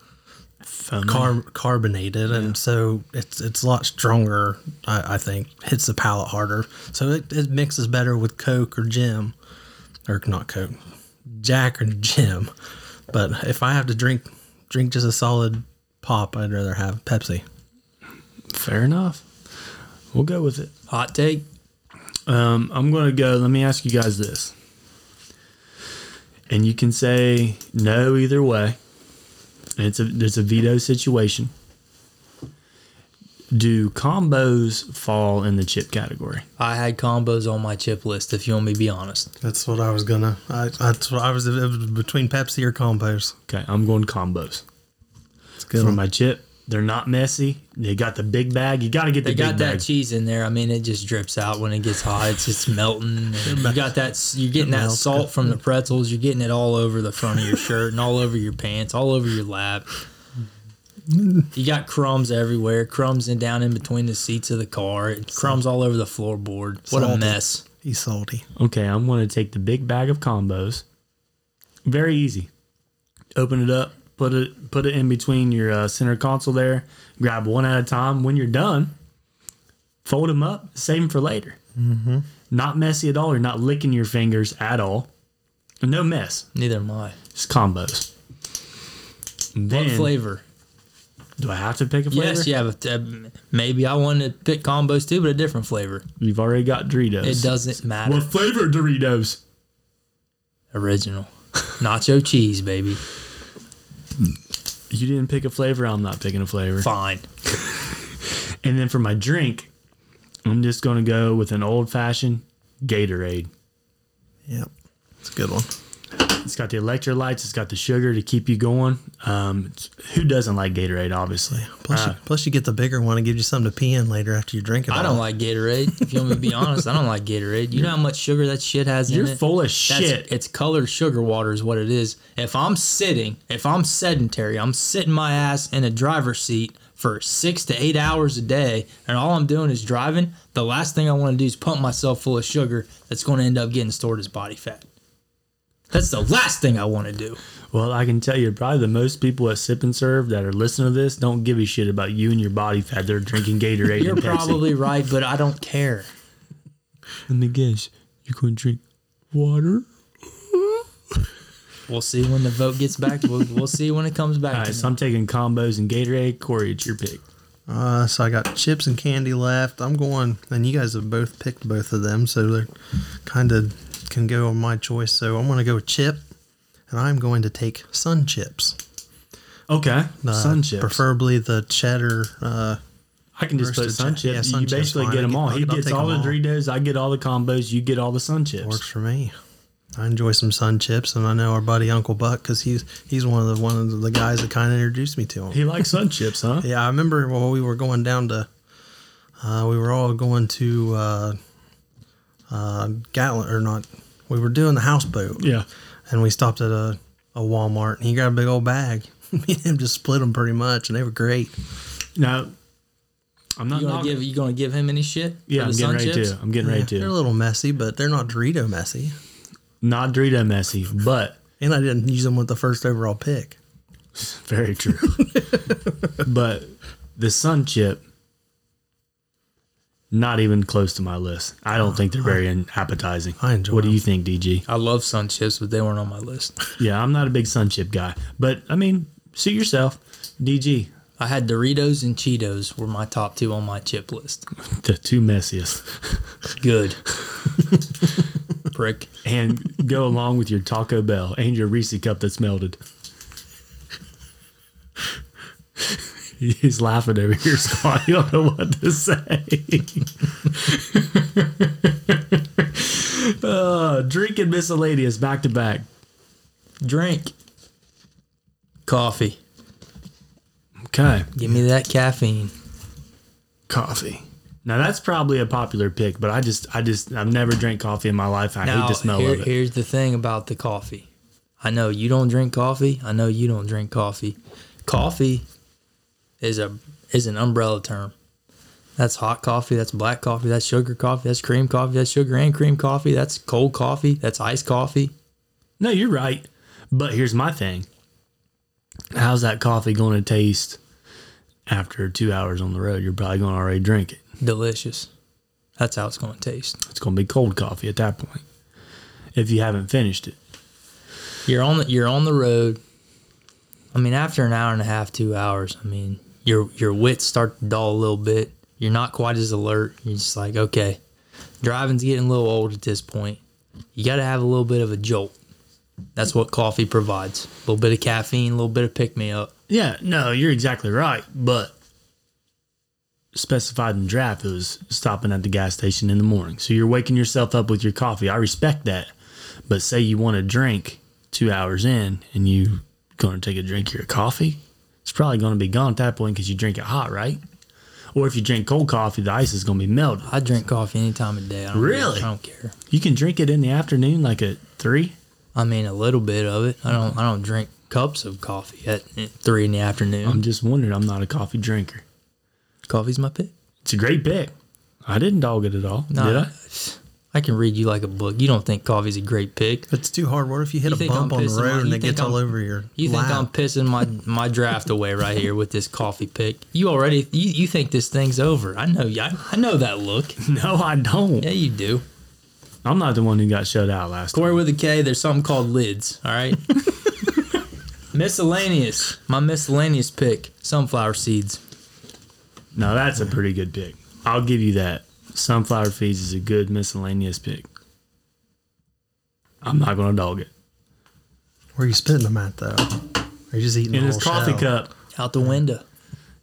Speaker 1: foamy.
Speaker 3: car- carbonated and so it's it's a lot stronger. I, I think hits the palate harder, so it, it mixes better with Coke or Jim, or not Coke, Jack or Jim. But if I have to drink drink just a solid pop, I'd rather have Pepsi.
Speaker 1: Fair enough. We'll go with it.
Speaker 2: Hot take.
Speaker 1: Um, I'm gonna go. Let me ask you guys this, and you can say no either way. And it's a there's a veto situation. Do combos fall in the chip category?
Speaker 2: I had combos on my chip list. If you want me to be honest,
Speaker 3: That's what I was gonna. I, that's what I was, it was between Pepsi or combos.
Speaker 1: Okay, I'm going combos.
Speaker 3: It's good.
Speaker 1: for
Speaker 3: one.
Speaker 1: my chip. They're not messy. They got the big bag. You got to get the
Speaker 2: they
Speaker 1: big
Speaker 2: got that
Speaker 1: bag.
Speaker 2: cheese in there. I mean, it just drips out when it gets hot. It's just melting. And you got that. s- You're getting that
Speaker 3: melts.
Speaker 2: salt from
Speaker 1: Mm.
Speaker 2: the pretzels. You're getting it all over the front of your shirt and all over your pants, all over your lap. You got crumbs everywhere. Crumbs and down in between the seats of the car. Crumbs all over the floorboard. What a
Speaker 3: Salty.
Speaker 2: mess.
Speaker 3: He's salty.
Speaker 1: okay, I'm going to take the big bag of combos. Very easy. Open it up. Put it put it in between your uh, center console there. Grab one at a time. When you're done, fold them up. Save them for later. Mm-hmm. Not messy at all. You're not licking your fingers at all. No mess.
Speaker 2: Neither am I.
Speaker 1: It's combos. Then,
Speaker 2: What flavor?
Speaker 1: Do I have to pick a flavor?
Speaker 2: Yes, yeah, but uh, maybe I want to pick combos too, but a different flavor.
Speaker 1: You've already got Doritos.
Speaker 2: It doesn't matter.
Speaker 1: What flavor Doritos?
Speaker 2: Original. Nacho cheese, baby.
Speaker 1: you didn't pick a flavor, I'm not picking a flavor.
Speaker 2: Fine.
Speaker 1: And then for my drink, I'm just gonna go with an old fashioned Gatorade.
Speaker 3: Yep, it's a good one.
Speaker 1: It's got the electrolytes, it's got the sugar to keep you going. Um, it's- who doesn't like Gatorade? Obviously,
Speaker 3: Plus, you, plus you get the bigger one and gives you something to pee in later after you drink it.
Speaker 2: I
Speaker 3: all.
Speaker 2: don't like Gatorade. If you want me to be honest, I don't like Gatorade. You know how much sugar that shit has
Speaker 1: you're
Speaker 2: in it?
Speaker 1: full of
Speaker 2: That's-
Speaker 1: shit.
Speaker 2: It's colored sugar water is what it is. If I'm sitting, if I'm sedentary, I'm sitting my ass in a driver's seat for six to eight hours a day, and all I'm doing is driving, the last thing I want to do is pump myself full of sugar that's going to end up getting stored as body fat. That's the last thing I want to do.
Speaker 1: well, I can tell you, probably the most people at Sip and Serve that are listening to this don't give a shit about you and your body fat. They're drinking Gatorade.
Speaker 2: You're
Speaker 1: and Pepsi.
Speaker 2: probably right, but I don't care.
Speaker 1: Let me guess. You're gonna drink water.
Speaker 2: We'll see when the vote gets back. We'll, we'll see when it comes back.
Speaker 1: All
Speaker 2: to
Speaker 1: right,
Speaker 2: me.
Speaker 1: so I'm taking combos and Gatorade. Corey, it's your pick.
Speaker 3: Uh, so I got chips and candy left. I'm going, and you guys have both picked both of them, so they're kind of can go on my choice. So I'm going to go with chip, and I'm going to take sun chips.
Speaker 1: Okay,
Speaker 3: Uh,
Speaker 1: sun chips.
Speaker 3: preferably the cheddar. Uh,
Speaker 1: I can just put
Speaker 3: Roasted
Speaker 1: sun
Speaker 3: chi-
Speaker 1: chips.
Speaker 3: yeah, sun
Speaker 1: you
Speaker 3: chips
Speaker 1: basically
Speaker 3: fine.
Speaker 1: get
Speaker 3: I
Speaker 1: them
Speaker 3: get-
Speaker 1: all.
Speaker 3: I'll-
Speaker 1: He
Speaker 3: I'll
Speaker 1: gets
Speaker 3: take
Speaker 1: all the
Speaker 3: them all.
Speaker 1: Doritos. I get all the combos. You get all the sun chips.
Speaker 3: works for me. I enjoy some sun chips, and I know our buddy Uncle Buck because he's he's one of the one of the guys that kind of introduced me to him.
Speaker 1: He likes sun chips, huh?
Speaker 3: Yeah, I remember while we were going down to, uh, we were all going to uh, uh, Gatlin or not. We were doing the houseboat,
Speaker 1: Yeah.
Speaker 3: and we stopped at a, a Walmart, and he got a big old bag. Me and him just split them pretty much, and they were great.
Speaker 1: Now, I'm not
Speaker 2: You gonna
Speaker 1: knocking.
Speaker 2: give you gonna give him any shit? for
Speaker 1: yeah,
Speaker 2: the
Speaker 1: I'm getting
Speaker 2: sun
Speaker 1: ready
Speaker 2: chips?
Speaker 1: to. I'm getting ready
Speaker 3: They're a
Speaker 1: to.
Speaker 3: little messy, but they're not Dorito messy.
Speaker 1: Not Dorito messy, but
Speaker 3: And I didn't use them with the first overall pick.
Speaker 1: very true. but the sun chip, not even close to my list. I don't think they're very in- appetizing.
Speaker 3: I enjoy
Speaker 1: What do
Speaker 3: them.
Speaker 1: you think, DG?
Speaker 2: I love sun chips, but they weren't on my list.
Speaker 1: Yeah, I'm not a big sun chip guy, but I mean, suit yourself. DG,
Speaker 2: I had Doritos and Cheetos were my top two on my chip list.
Speaker 1: the two messiest.
Speaker 2: Good. Prick.
Speaker 1: And go along with your Taco Bell and your Reese cup that's melted. He's laughing over here, Scott. You don't know what to say. uh, drinking miscellaneous back to back.
Speaker 2: Drink. Coffee.
Speaker 1: Okay.
Speaker 2: Give me that caffeine.
Speaker 1: Coffee. Now that's probably a popular pick, but I just, I just, I've never drank coffee in my life. I hate
Speaker 2: Now,
Speaker 1: the smell
Speaker 2: here-
Speaker 1: of it.
Speaker 2: here's the thing about the coffee. I know you don't drink coffee. I know you don't drink coffee. Coffee is a is an umbrella term. That's hot coffee. That's black coffee. That's sugar coffee. That's cream coffee. That's sugar and cream coffee. That's cold coffee. That's iced coffee.
Speaker 1: No, you're right. But here's my thing. How's that coffee going to taste after two hours on the road? You're probably going to already drink it.
Speaker 2: Delicious. That's how it's going to taste.
Speaker 1: It's going to be cold coffee at that point if you haven't finished it.
Speaker 2: You're on the you're on the road. I mean, after an hour and a half, two hours, I mean, your your wits start to dull a little bit. You're not quite as alert. You're just like, okay, driving's getting a little old at this point. You got to have a little bit of a jolt. That's what coffee provides. A little bit of caffeine, a little bit of pick me up.
Speaker 1: Yeah, no, you're exactly right. But specified in draft, it was stopping at the gas station in the morning. So you're waking yourself up with your coffee. I respect that. But say you want a drink two hours in and you going to take a drink of your coffee, it's probably going to be gone at that point because you drink it hot, right? Or if you drink cold coffee, the ice is going to be melted.
Speaker 2: I drink coffee any time of day. I don't
Speaker 1: Really?
Speaker 2: I don't care.
Speaker 1: You can drink it in the afternoon, like at three.
Speaker 2: I mean, a little bit of it. I don't. I don't drink cups of coffee at at three in the afternoon.
Speaker 1: I'm just wondering. I'm not a coffee drinker.
Speaker 2: Coffee's my pick.
Speaker 1: It's a great pick. I didn't dog it at all, did I?
Speaker 2: I can read you like a book. You don't think coffee's a great pick.
Speaker 3: It's too hard. What if you hit
Speaker 2: You
Speaker 3: a
Speaker 2: think
Speaker 3: bump
Speaker 2: I'm
Speaker 3: on
Speaker 2: pissing
Speaker 3: the
Speaker 2: my-
Speaker 3: road
Speaker 2: you
Speaker 3: and it gets
Speaker 2: think
Speaker 3: all
Speaker 2: I'm-
Speaker 3: over your
Speaker 2: You think I'm
Speaker 3: lap?
Speaker 2: pissing my, my draft away right here with this coffee pick. You already you, you think this thing's over. I know you I, I know that look.
Speaker 1: No, I don't.
Speaker 2: Yeah, you do.
Speaker 1: I'm not the one who got shut out last
Speaker 2: Corey with a K, there's something called lids, all right? miscellaneous. My miscellaneous pick, sunflower seeds.
Speaker 1: time. No, that's a pretty good pick. I'll give you that. Sunflower Feeds is a good miscellaneous pick. I'm not going to dog it.
Speaker 3: Where are you spitting them at though? Are you just eating
Speaker 1: In
Speaker 3: the
Speaker 1: his
Speaker 3: whole
Speaker 1: coffee
Speaker 3: shell?
Speaker 1: cup,
Speaker 2: Out the window.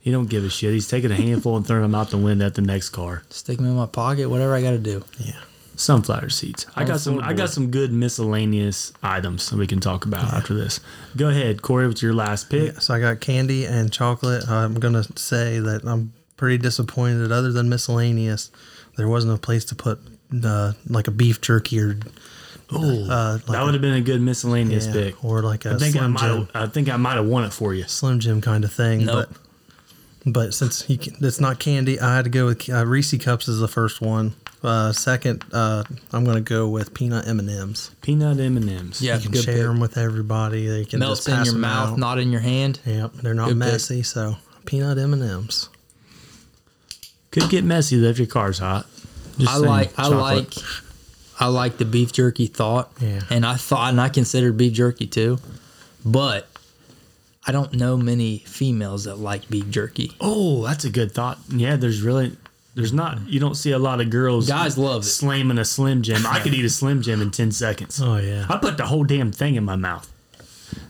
Speaker 1: he don't give a shit. He's taking a handful and throwing them out the window at the next car.
Speaker 2: Stick them in my pocket, whatever I gotta do.
Speaker 3: Yeah.
Speaker 1: Sunflower seeds. I
Speaker 2: On
Speaker 1: got some. I got
Speaker 2: floorboard.
Speaker 1: some good miscellaneous items that we can talk about after this. Go ahead, Corey, with your last pick.
Speaker 3: So I got candy and chocolate. I'm gonna say that I'm pretty disappointed. Other than miscellaneous, there wasn't a place to put uh, like a beef jerky or
Speaker 1: Oh,
Speaker 3: uh, like
Speaker 1: that would have been a good miscellaneous
Speaker 3: yeah,
Speaker 1: pick.
Speaker 3: or like
Speaker 1: I
Speaker 3: a
Speaker 1: think I
Speaker 3: Slim
Speaker 1: might.
Speaker 3: Jim,
Speaker 1: have I think I might have won it for you.
Speaker 3: Slim Jim kind of thing.
Speaker 2: Nope.
Speaker 3: But but since you can, it's not candy, I had to go with uh, Reese cups is the first one. Uh, second, uh, I'm gonna go with peanut M and M's.
Speaker 1: Peanut M and M's.
Speaker 2: Yeah,
Speaker 3: You can
Speaker 2: good
Speaker 3: share
Speaker 2: pick.
Speaker 3: them with everybody. They can
Speaker 2: Melts
Speaker 3: just pass
Speaker 2: in your
Speaker 3: them
Speaker 2: mouth,
Speaker 3: out.
Speaker 2: not in your hand.
Speaker 3: Yep, they're not
Speaker 2: Good pick.
Speaker 3: messy. So peanut M and M's.
Speaker 1: could get messy though if your car's hot. Just
Speaker 2: I
Speaker 1: saying,
Speaker 2: like I
Speaker 1: chocolate.
Speaker 2: like I like the beef jerky thought.
Speaker 3: Yeah.
Speaker 2: And I thought and I considered beef jerky too. But I don't know many females that like beef jerky.
Speaker 1: Oh, that's a good thought. Yeah, there's really there's not you don't see a lot of girls
Speaker 2: Guys love it.
Speaker 1: slamming a slim jim. I could eat a slim jim in ten seconds.
Speaker 3: Oh, yeah.
Speaker 1: I put the whole damn thing in my mouth.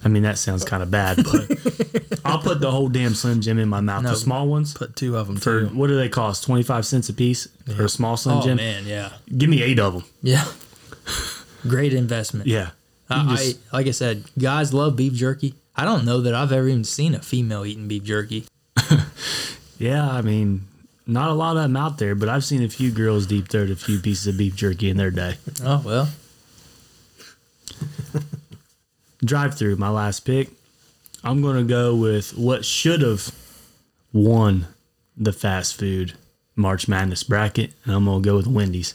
Speaker 1: I mean that sounds kind of bad, but I'll put the whole damn slim jim in my mouth.
Speaker 2: No.
Speaker 1: the small ones
Speaker 3: Put two of them
Speaker 1: for
Speaker 3: too.
Speaker 1: what do they cost? Twenty five cents a piece for a small slim
Speaker 2: Oh
Speaker 1: jim.
Speaker 2: man, yeah.
Speaker 1: Give me eight of them.
Speaker 2: Yeah. Great investment.
Speaker 1: Yeah. You
Speaker 2: I,
Speaker 1: just-
Speaker 2: I like I said, guys love beef jerky. I don't know that I've ever even seen a female eating beef jerky.
Speaker 1: Yeah, I mean, not a lot of them out there, but I've seen a few girls deep throat a few pieces of beef jerky in their day.
Speaker 2: Oh well.
Speaker 1: Drive through, my last pick. I'm going to go with what should have won the fast food March Madness bracket, and I'm going to go with Wendy's.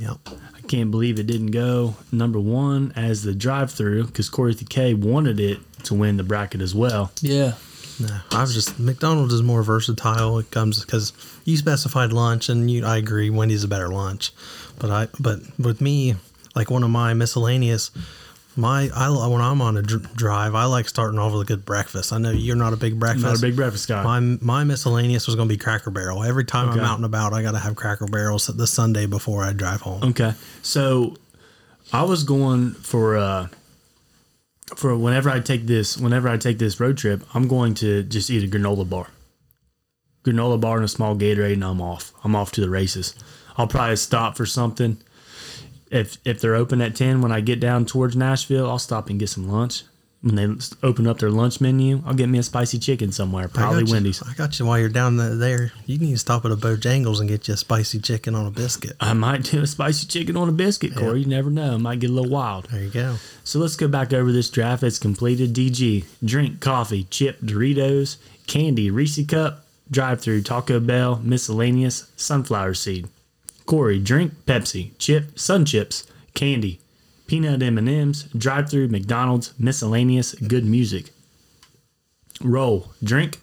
Speaker 3: Yep.
Speaker 1: I can't believe it didn't go number one as the drive through because Corey the K wanted it to win the bracket as well.
Speaker 2: Yeah.
Speaker 3: No, I was just McDonald's is more versatile. It comes because you specified lunch, and you, I agree, Wendy's a better lunch. But I, but with me, like one of my miscellaneous My I li- when I'm on a dr- drive, I like starting off with a good breakfast. I know you're not a big breakfast.
Speaker 1: Not a big breakfast guy.
Speaker 3: My my miscellaneous was going to be Cracker Barrel. Every time I'm
Speaker 1: Okay.
Speaker 3: out and about, I got to have Cracker Barrels the Sunday before I drive home.
Speaker 1: Okay. So I was going for uh for whenever I take this whenever I take this road trip, I'm going to just eat a granola bar. Granola bar and a small Gatorade and I'm off. I'm off to the races. I'll probably stop for something. If if they're open at 10 when I get down towards Nashville, I'll stop and get some lunch. When they s- open up their lunch menu, I'll get me a spicy chicken somewhere,
Speaker 3: I got
Speaker 1: probably
Speaker 3: you.
Speaker 1: Wendy's.
Speaker 3: I got you while you're down the- there. You need to stop at a Bojangles and get you a spicy chicken on a biscuit.
Speaker 1: I might do a spicy chicken on a biscuit, Corey. You never know. I might get a little wild.
Speaker 3: There you go.
Speaker 1: So let's go back over this draft that's completed. DG, drink, coffee, chip, Doritos, candy, Reese cup, drive through, Taco Bell, miscellaneous, sunflower seed. Corey, drink, Pepsi, chip, sun chips, candy, peanut M&Ms, drive through, McDonald's, miscellaneous, good music. Roll, drink,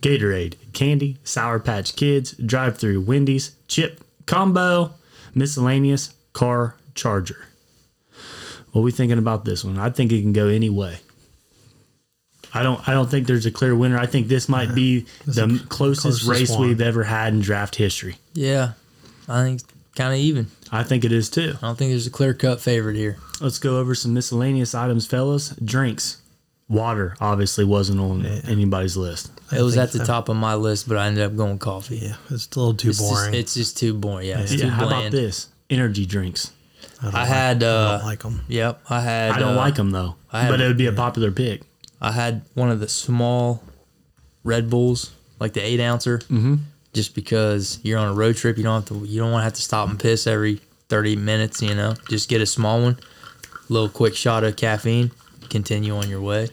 Speaker 1: Gatorade, candy, Sour Patch Kids, drive through, Wendy's, chip, combo, miscellaneous, car, charger. What we thinking about this one? I think it can go any way. I don't. I don't think there's a clear winner. I think this might be the m- closest,
Speaker 3: closest
Speaker 1: race
Speaker 3: one.
Speaker 1: we've ever had in draft history.
Speaker 2: Yeah, I think kind of even.
Speaker 1: I think it is too.
Speaker 2: I don't think there's a clear cut favorite here.
Speaker 1: Let's go over some miscellaneous items, fellas. Drinks, water obviously wasn't on anybody's list.
Speaker 2: It was at the top of my list, but I ended up going coffee.
Speaker 3: Yeah, it's a little too
Speaker 2: It's
Speaker 3: boring.
Speaker 2: Just, it's just too boring. Yeah, it's
Speaker 1: Yeah,
Speaker 2: too
Speaker 1: how about
Speaker 2: bland.
Speaker 1: this? Energy drinks.
Speaker 3: I, don't
Speaker 2: I
Speaker 3: like-
Speaker 2: had. Uh,
Speaker 3: I don't like them.
Speaker 2: Yep, I had.
Speaker 1: I don't
Speaker 2: uh,
Speaker 1: like them though, but
Speaker 2: I
Speaker 1: it
Speaker 2: haven't-
Speaker 1: would be a popular pick.
Speaker 2: I had one of the small Red Bulls, like the eight ouncer, mm-hmm. just because you're on a road trip. You don't have to. You don't want to have to stop and piss every thirty minutes. You know, just get a small one, little quick shot of caffeine, continue on your way.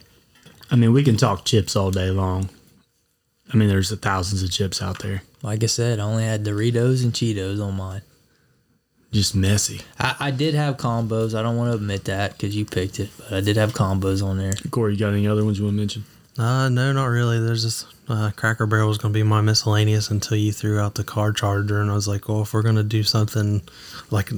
Speaker 1: I mean, we can talk chips all day long. I mean, there's thousands of chips out there.
Speaker 2: Like I said, I only had Doritos and Cheetos on mine.
Speaker 1: Just messy.
Speaker 2: I, I did have combos. I don't want to admit that because you picked it, but I did have combos on there.
Speaker 1: Corey, you got any other ones you want to mention?
Speaker 3: Uh, no, not really. There's this uh, Cracker Barrel was going to be my miscellaneous until you threw out the car charger, and I was like, well, if we're going to do something like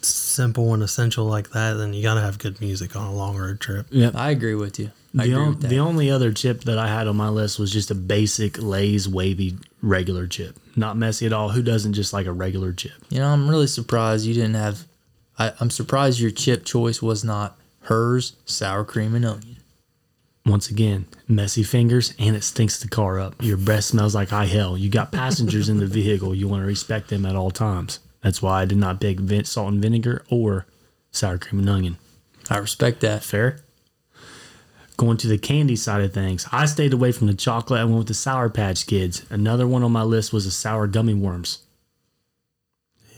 Speaker 3: simple and essential like that, then you got to have good music on a long road trip.
Speaker 2: I agree with you. I
Speaker 1: The,
Speaker 2: agree
Speaker 1: on-
Speaker 2: with that.
Speaker 1: the only other chip that I had on my list was just a basic Lay's wavy regular chip. Not messy at all. Who doesn't just like a regular chip?
Speaker 2: You know, I'm really surprised you didn't have. I, I'm surprised your chip choice was not hers, sour cream and onion.
Speaker 1: Once again, messy fingers and it stinks the car up. Your breath smells like high hell. You got passengers in the vehicle. You want to respect them at all times. That's why I did not pick vin- salt and vinegar or sour cream and onion.
Speaker 2: I respect that.
Speaker 1: Fair. Going to the candy side of things, I stayed away from the chocolate. I went with the Sour Patch Kids. Another one on my list was the sour gummy worms.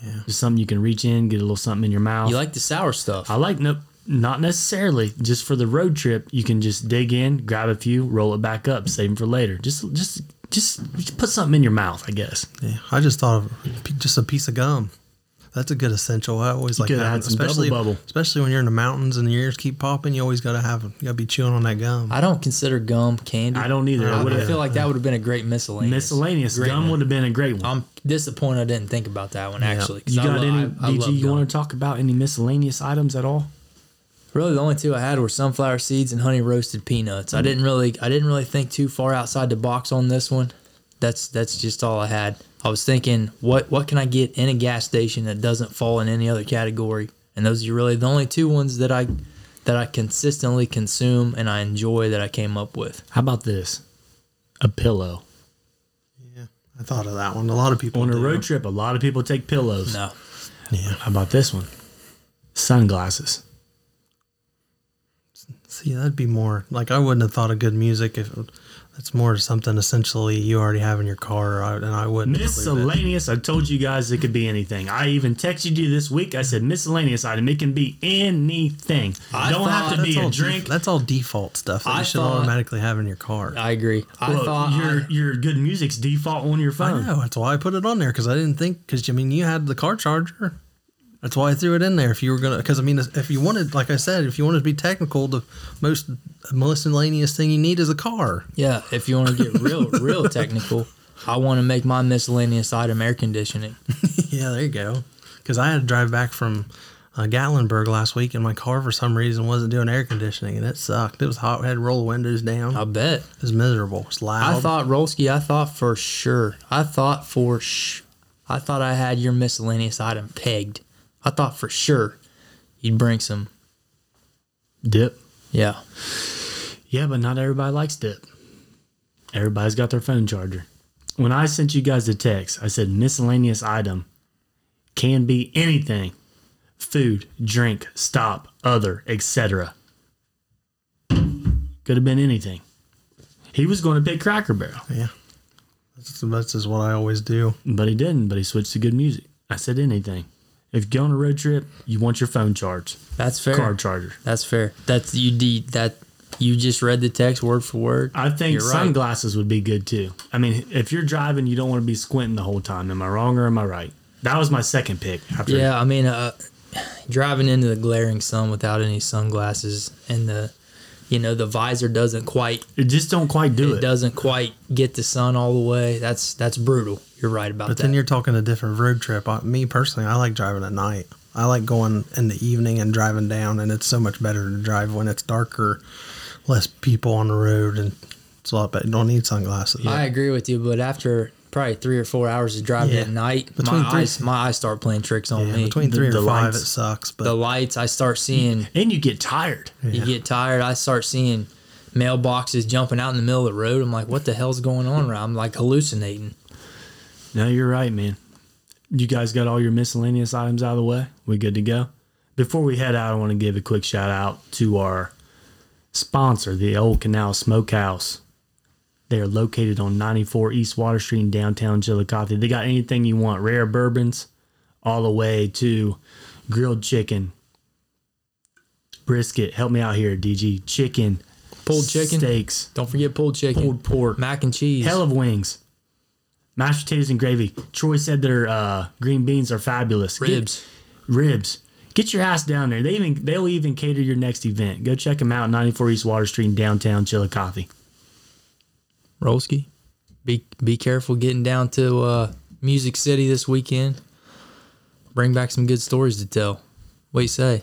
Speaker 1: Yeah, just something you can reach in, get a little something in your mouth.
Speaker 2: You like the sour stuff.
Speaker 1: I like no, not necessarily. Just for the road trip, you can just dig in, grab a few, roll it back up, save them for later. Just, just, just, just put something in your mouth, I guess.
Speaker 3: Yeah, I just thought of p- just a piece of gum. That's a good essential. I always like
Speaker 1: could
Speaker 3: having-
Speaker 1: add some Double
Speaker 3: especially
Speaker 1: Bubble.
Speaker 3: especially when you're in the mountains and your ears keep popping. You always got to have. You got to be chewing on that gum.
Speaker 2: I don't consider gum candy.
Speaker 1: I don't either.
Speaker 2: I
Speaker 1: I would
Speaker 2: would
Speaker 1: have
Speaker 2: feel like that would have been a great miscellaneous.
Speaker 1: miscellaneous
Speaker 2: Great
Speaker 1: gum
Speaker 2: one.
Speaker 1: would have been a great one.
Speaker 2: I'm disappointed I didn't think about that one actually. 'cause
Speaker 1: you
Speaker 2: I
Speaker 1: got
Speaker 2: lo-
Speaker 1: any
Speaker 2: I- I love
Speaker 1: DG? You
Speaker 2: gum.
Speaker 1: want to talk about any miscellaneous items at all?
Speaker 2: Really, the only two I had were sunflower seeds and honey roasted peanuts. I didn't really, I didn't really think too far outside the box on this one. That's that's just all I had. I was thinking, what what can I get in a gas station that doesn't fall in any other category? And those are really the only two ones that I that I consistently consume and I enjoy that I came up with.
Speaker 1: How about this? A pillow.
Speaker 3: I thought of that one. A lot of people
Speaker 1: On a
Speaker 3: do.
Speaker 1: road trip, a lot of people take pillows.
Speaker 2: No,
Speaker 1: How about this one? Sunglasses.
Speaker 3: See, that'd be more like I wouldn't have thought of good music if that's more something essentially you already have in your car, or I, and I wouldn't. include it.
Speaker 1: Miscellaneous. I told you guys it could be anything. I even texted you this week. I said miscellaneous item. It can be anything.
Speaker 2: I
Speaker 1: Don't have
Speaker 2: thought-
Speaker 1: to be
Speaker 3: That's
Speaker 1: a
Speaker 3: all,
Speaker 1: drink.
Speaker 3: that's all default stuff that
Speaker 2: I
Speaker 3: you should
Speaker 2: thought-
Speaker 3: automatically have in your car. I,
Speaker 2: I agree. I
Speaker 1: Look,
Speaker 2: thought
Speaker 1: your
Speaker 2: I,
Speaker 1: your good music's default on your phone.
Speaker 3: know that's why I put it on there because I didn't think because I mean you had the car charger. That's why I threw it in there. If you were gonna, because I mean, if you wanted, like I said, if you wanted to be technical, the most miscellaneous thing you need is a car.
Speaker 2: yeah. If you want to get real real technical, I want to make my miscellaneous item air conditioning.
Speaker 3: Yeah, there you go. Because I had to drive back from uh, Gatlinburg last week, and my car for some reason wasn't doing air conditioning, and it sucked. It was hot. It had roll windows down.
Speaker 2: I bet.
Speaker 3: It was miserable. It's loud.
Speaker 2: I thought Rolski. I thought for sure. I thought for sh. I thought I had your miscellaneous item pegged. I thought for sure you'd bring some.
Speaker 1: Dip.
Speaker 2: Yeah.
Speaker 1: Yeah, but not everybody likes dip. Everybody's got their phone charger. When I sent you guys a text, I said miscellaneous item can be anything food, drink, stop, other, etc. Could have been anything. He was going to pick Cracker Barrel,
Speaker 3: yeah, that's, that's just what I always do.
Speaker 1: but he didn't, but he switched to good music. I said anything. If you go on a road trip, you want your phone charged,
Speaker 2: That's fair.
Speaker 1: car charger.
Speaker 2: That's fair. That's you. De- that you just read the text word for word.
Speaker 1: I think
Speaker 2: You're right.
Speaker 1: sunglasses would be good too. I mean, if you're driving, you don't want to be squinting the whole time. Am I wrong or am I right? That was my second pick. After
Speaker 2: Yeah, I mean, uh, driving into the glaring sun without any sunglasses and the, you know, the visor doesn't quite
Speaker 1: it just don't quite do
Speaker 2: it
Speaker 1: it.
Speaker 2: doesn't quite get the sun all the way. That's that's brutal. You're right about
Speaker 3: But
Speaker 2: that.
Speaker 3: then you're talking a different road trip. I, me personally, I like driving at night. I like going in the evening and driving down, and it's so much better to drive when it's darker, less people on the road, and it's a lot better. You don't need sunglasses.
Speaker 2: I agree with you, but after probably three or four hours of driving
Speaker 3: Yeah.
Speaker 2: at night,
Speaker 3: Between
Speaker 2: my
Speaker 3: three-
Speaker 2: eyes my eyes start playing tricks on
Speaker 3: Yeah,
Speaker 2: me.
Speaker 3: between
Speaker 1: the-
Speaker 3: three
Speaker 1: the
Speaker 3: or five,
Speaker 1: lights-
Speaker 3: it sucks. But
Speaker 2: the lights, I start seeing.
Speaker 1: and you get tired.
Speaker 2: You get tired. I start seeing mailboxes jumping out in the middle of the road. I'm like, what the hell's going on? around? I'm like hallucinating.
Speaker 1: No, you're right, man. You guys got all your miscellaneous items out of the way. We good to go. Before we head out, I want to give a quick shout out to our sponsor, the Old Canal Smokehouse. They are located on 94 East Water Street in downtown Chillicothe. They got anything you want, rare bourbons, all the way to grilled chicken, brisket. Help me out here, DG. Chicken,
Speaker 2: Pulled chicken.
Speaker 1: steaks,
Speaker 2: Don't forget pulled chicken,
Speaker 1: pulled pork,
Speaker 2: mac and cheese.
Speaker 1: Hell of wings. Mashed potatoes and gravy. Troy said their uh, green beans are fabulous. Get-
Speaker 2: ribs.
Speaker 1: ribs. Get your ass down there. They even they'll even cater your next event. Go check them out. 94 East Water Street in downtown Chillicothe.
Speaker 2: Rolski, be be careful getting down to uh, Music City this weekend. Bring back some good stories to tell. What you say?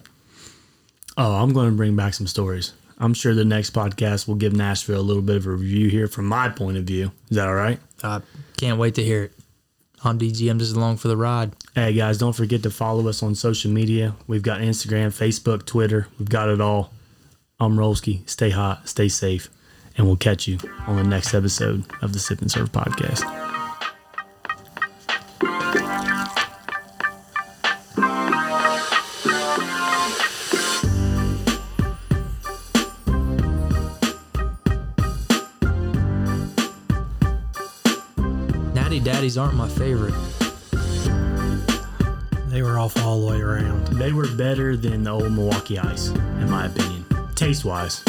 Speaker 1: Oh, I'm going to bring back some stories. I'm sure the next podcast will give Nashville a little bit of a review here from my point of view. Is that all right?
Speaker 2: I can't wait to hear it. I'm DG. I'm just along for the ride.
Speaker 1: Hey guys, don't forget to follow us on social media. We've got Instagram, Facebook, Twitter. We've got it all. I'm Rolski. Stay hot, stay safe, and we'll catch you on the next episode of the Sip and Serve podcast.
Speaker 2: Natty Daddies aren't my favorite.
Speaker 3: they were off all the way around.
Speaker 1: They were better than the old Milwaukee Ice, in my opinion, taste wise.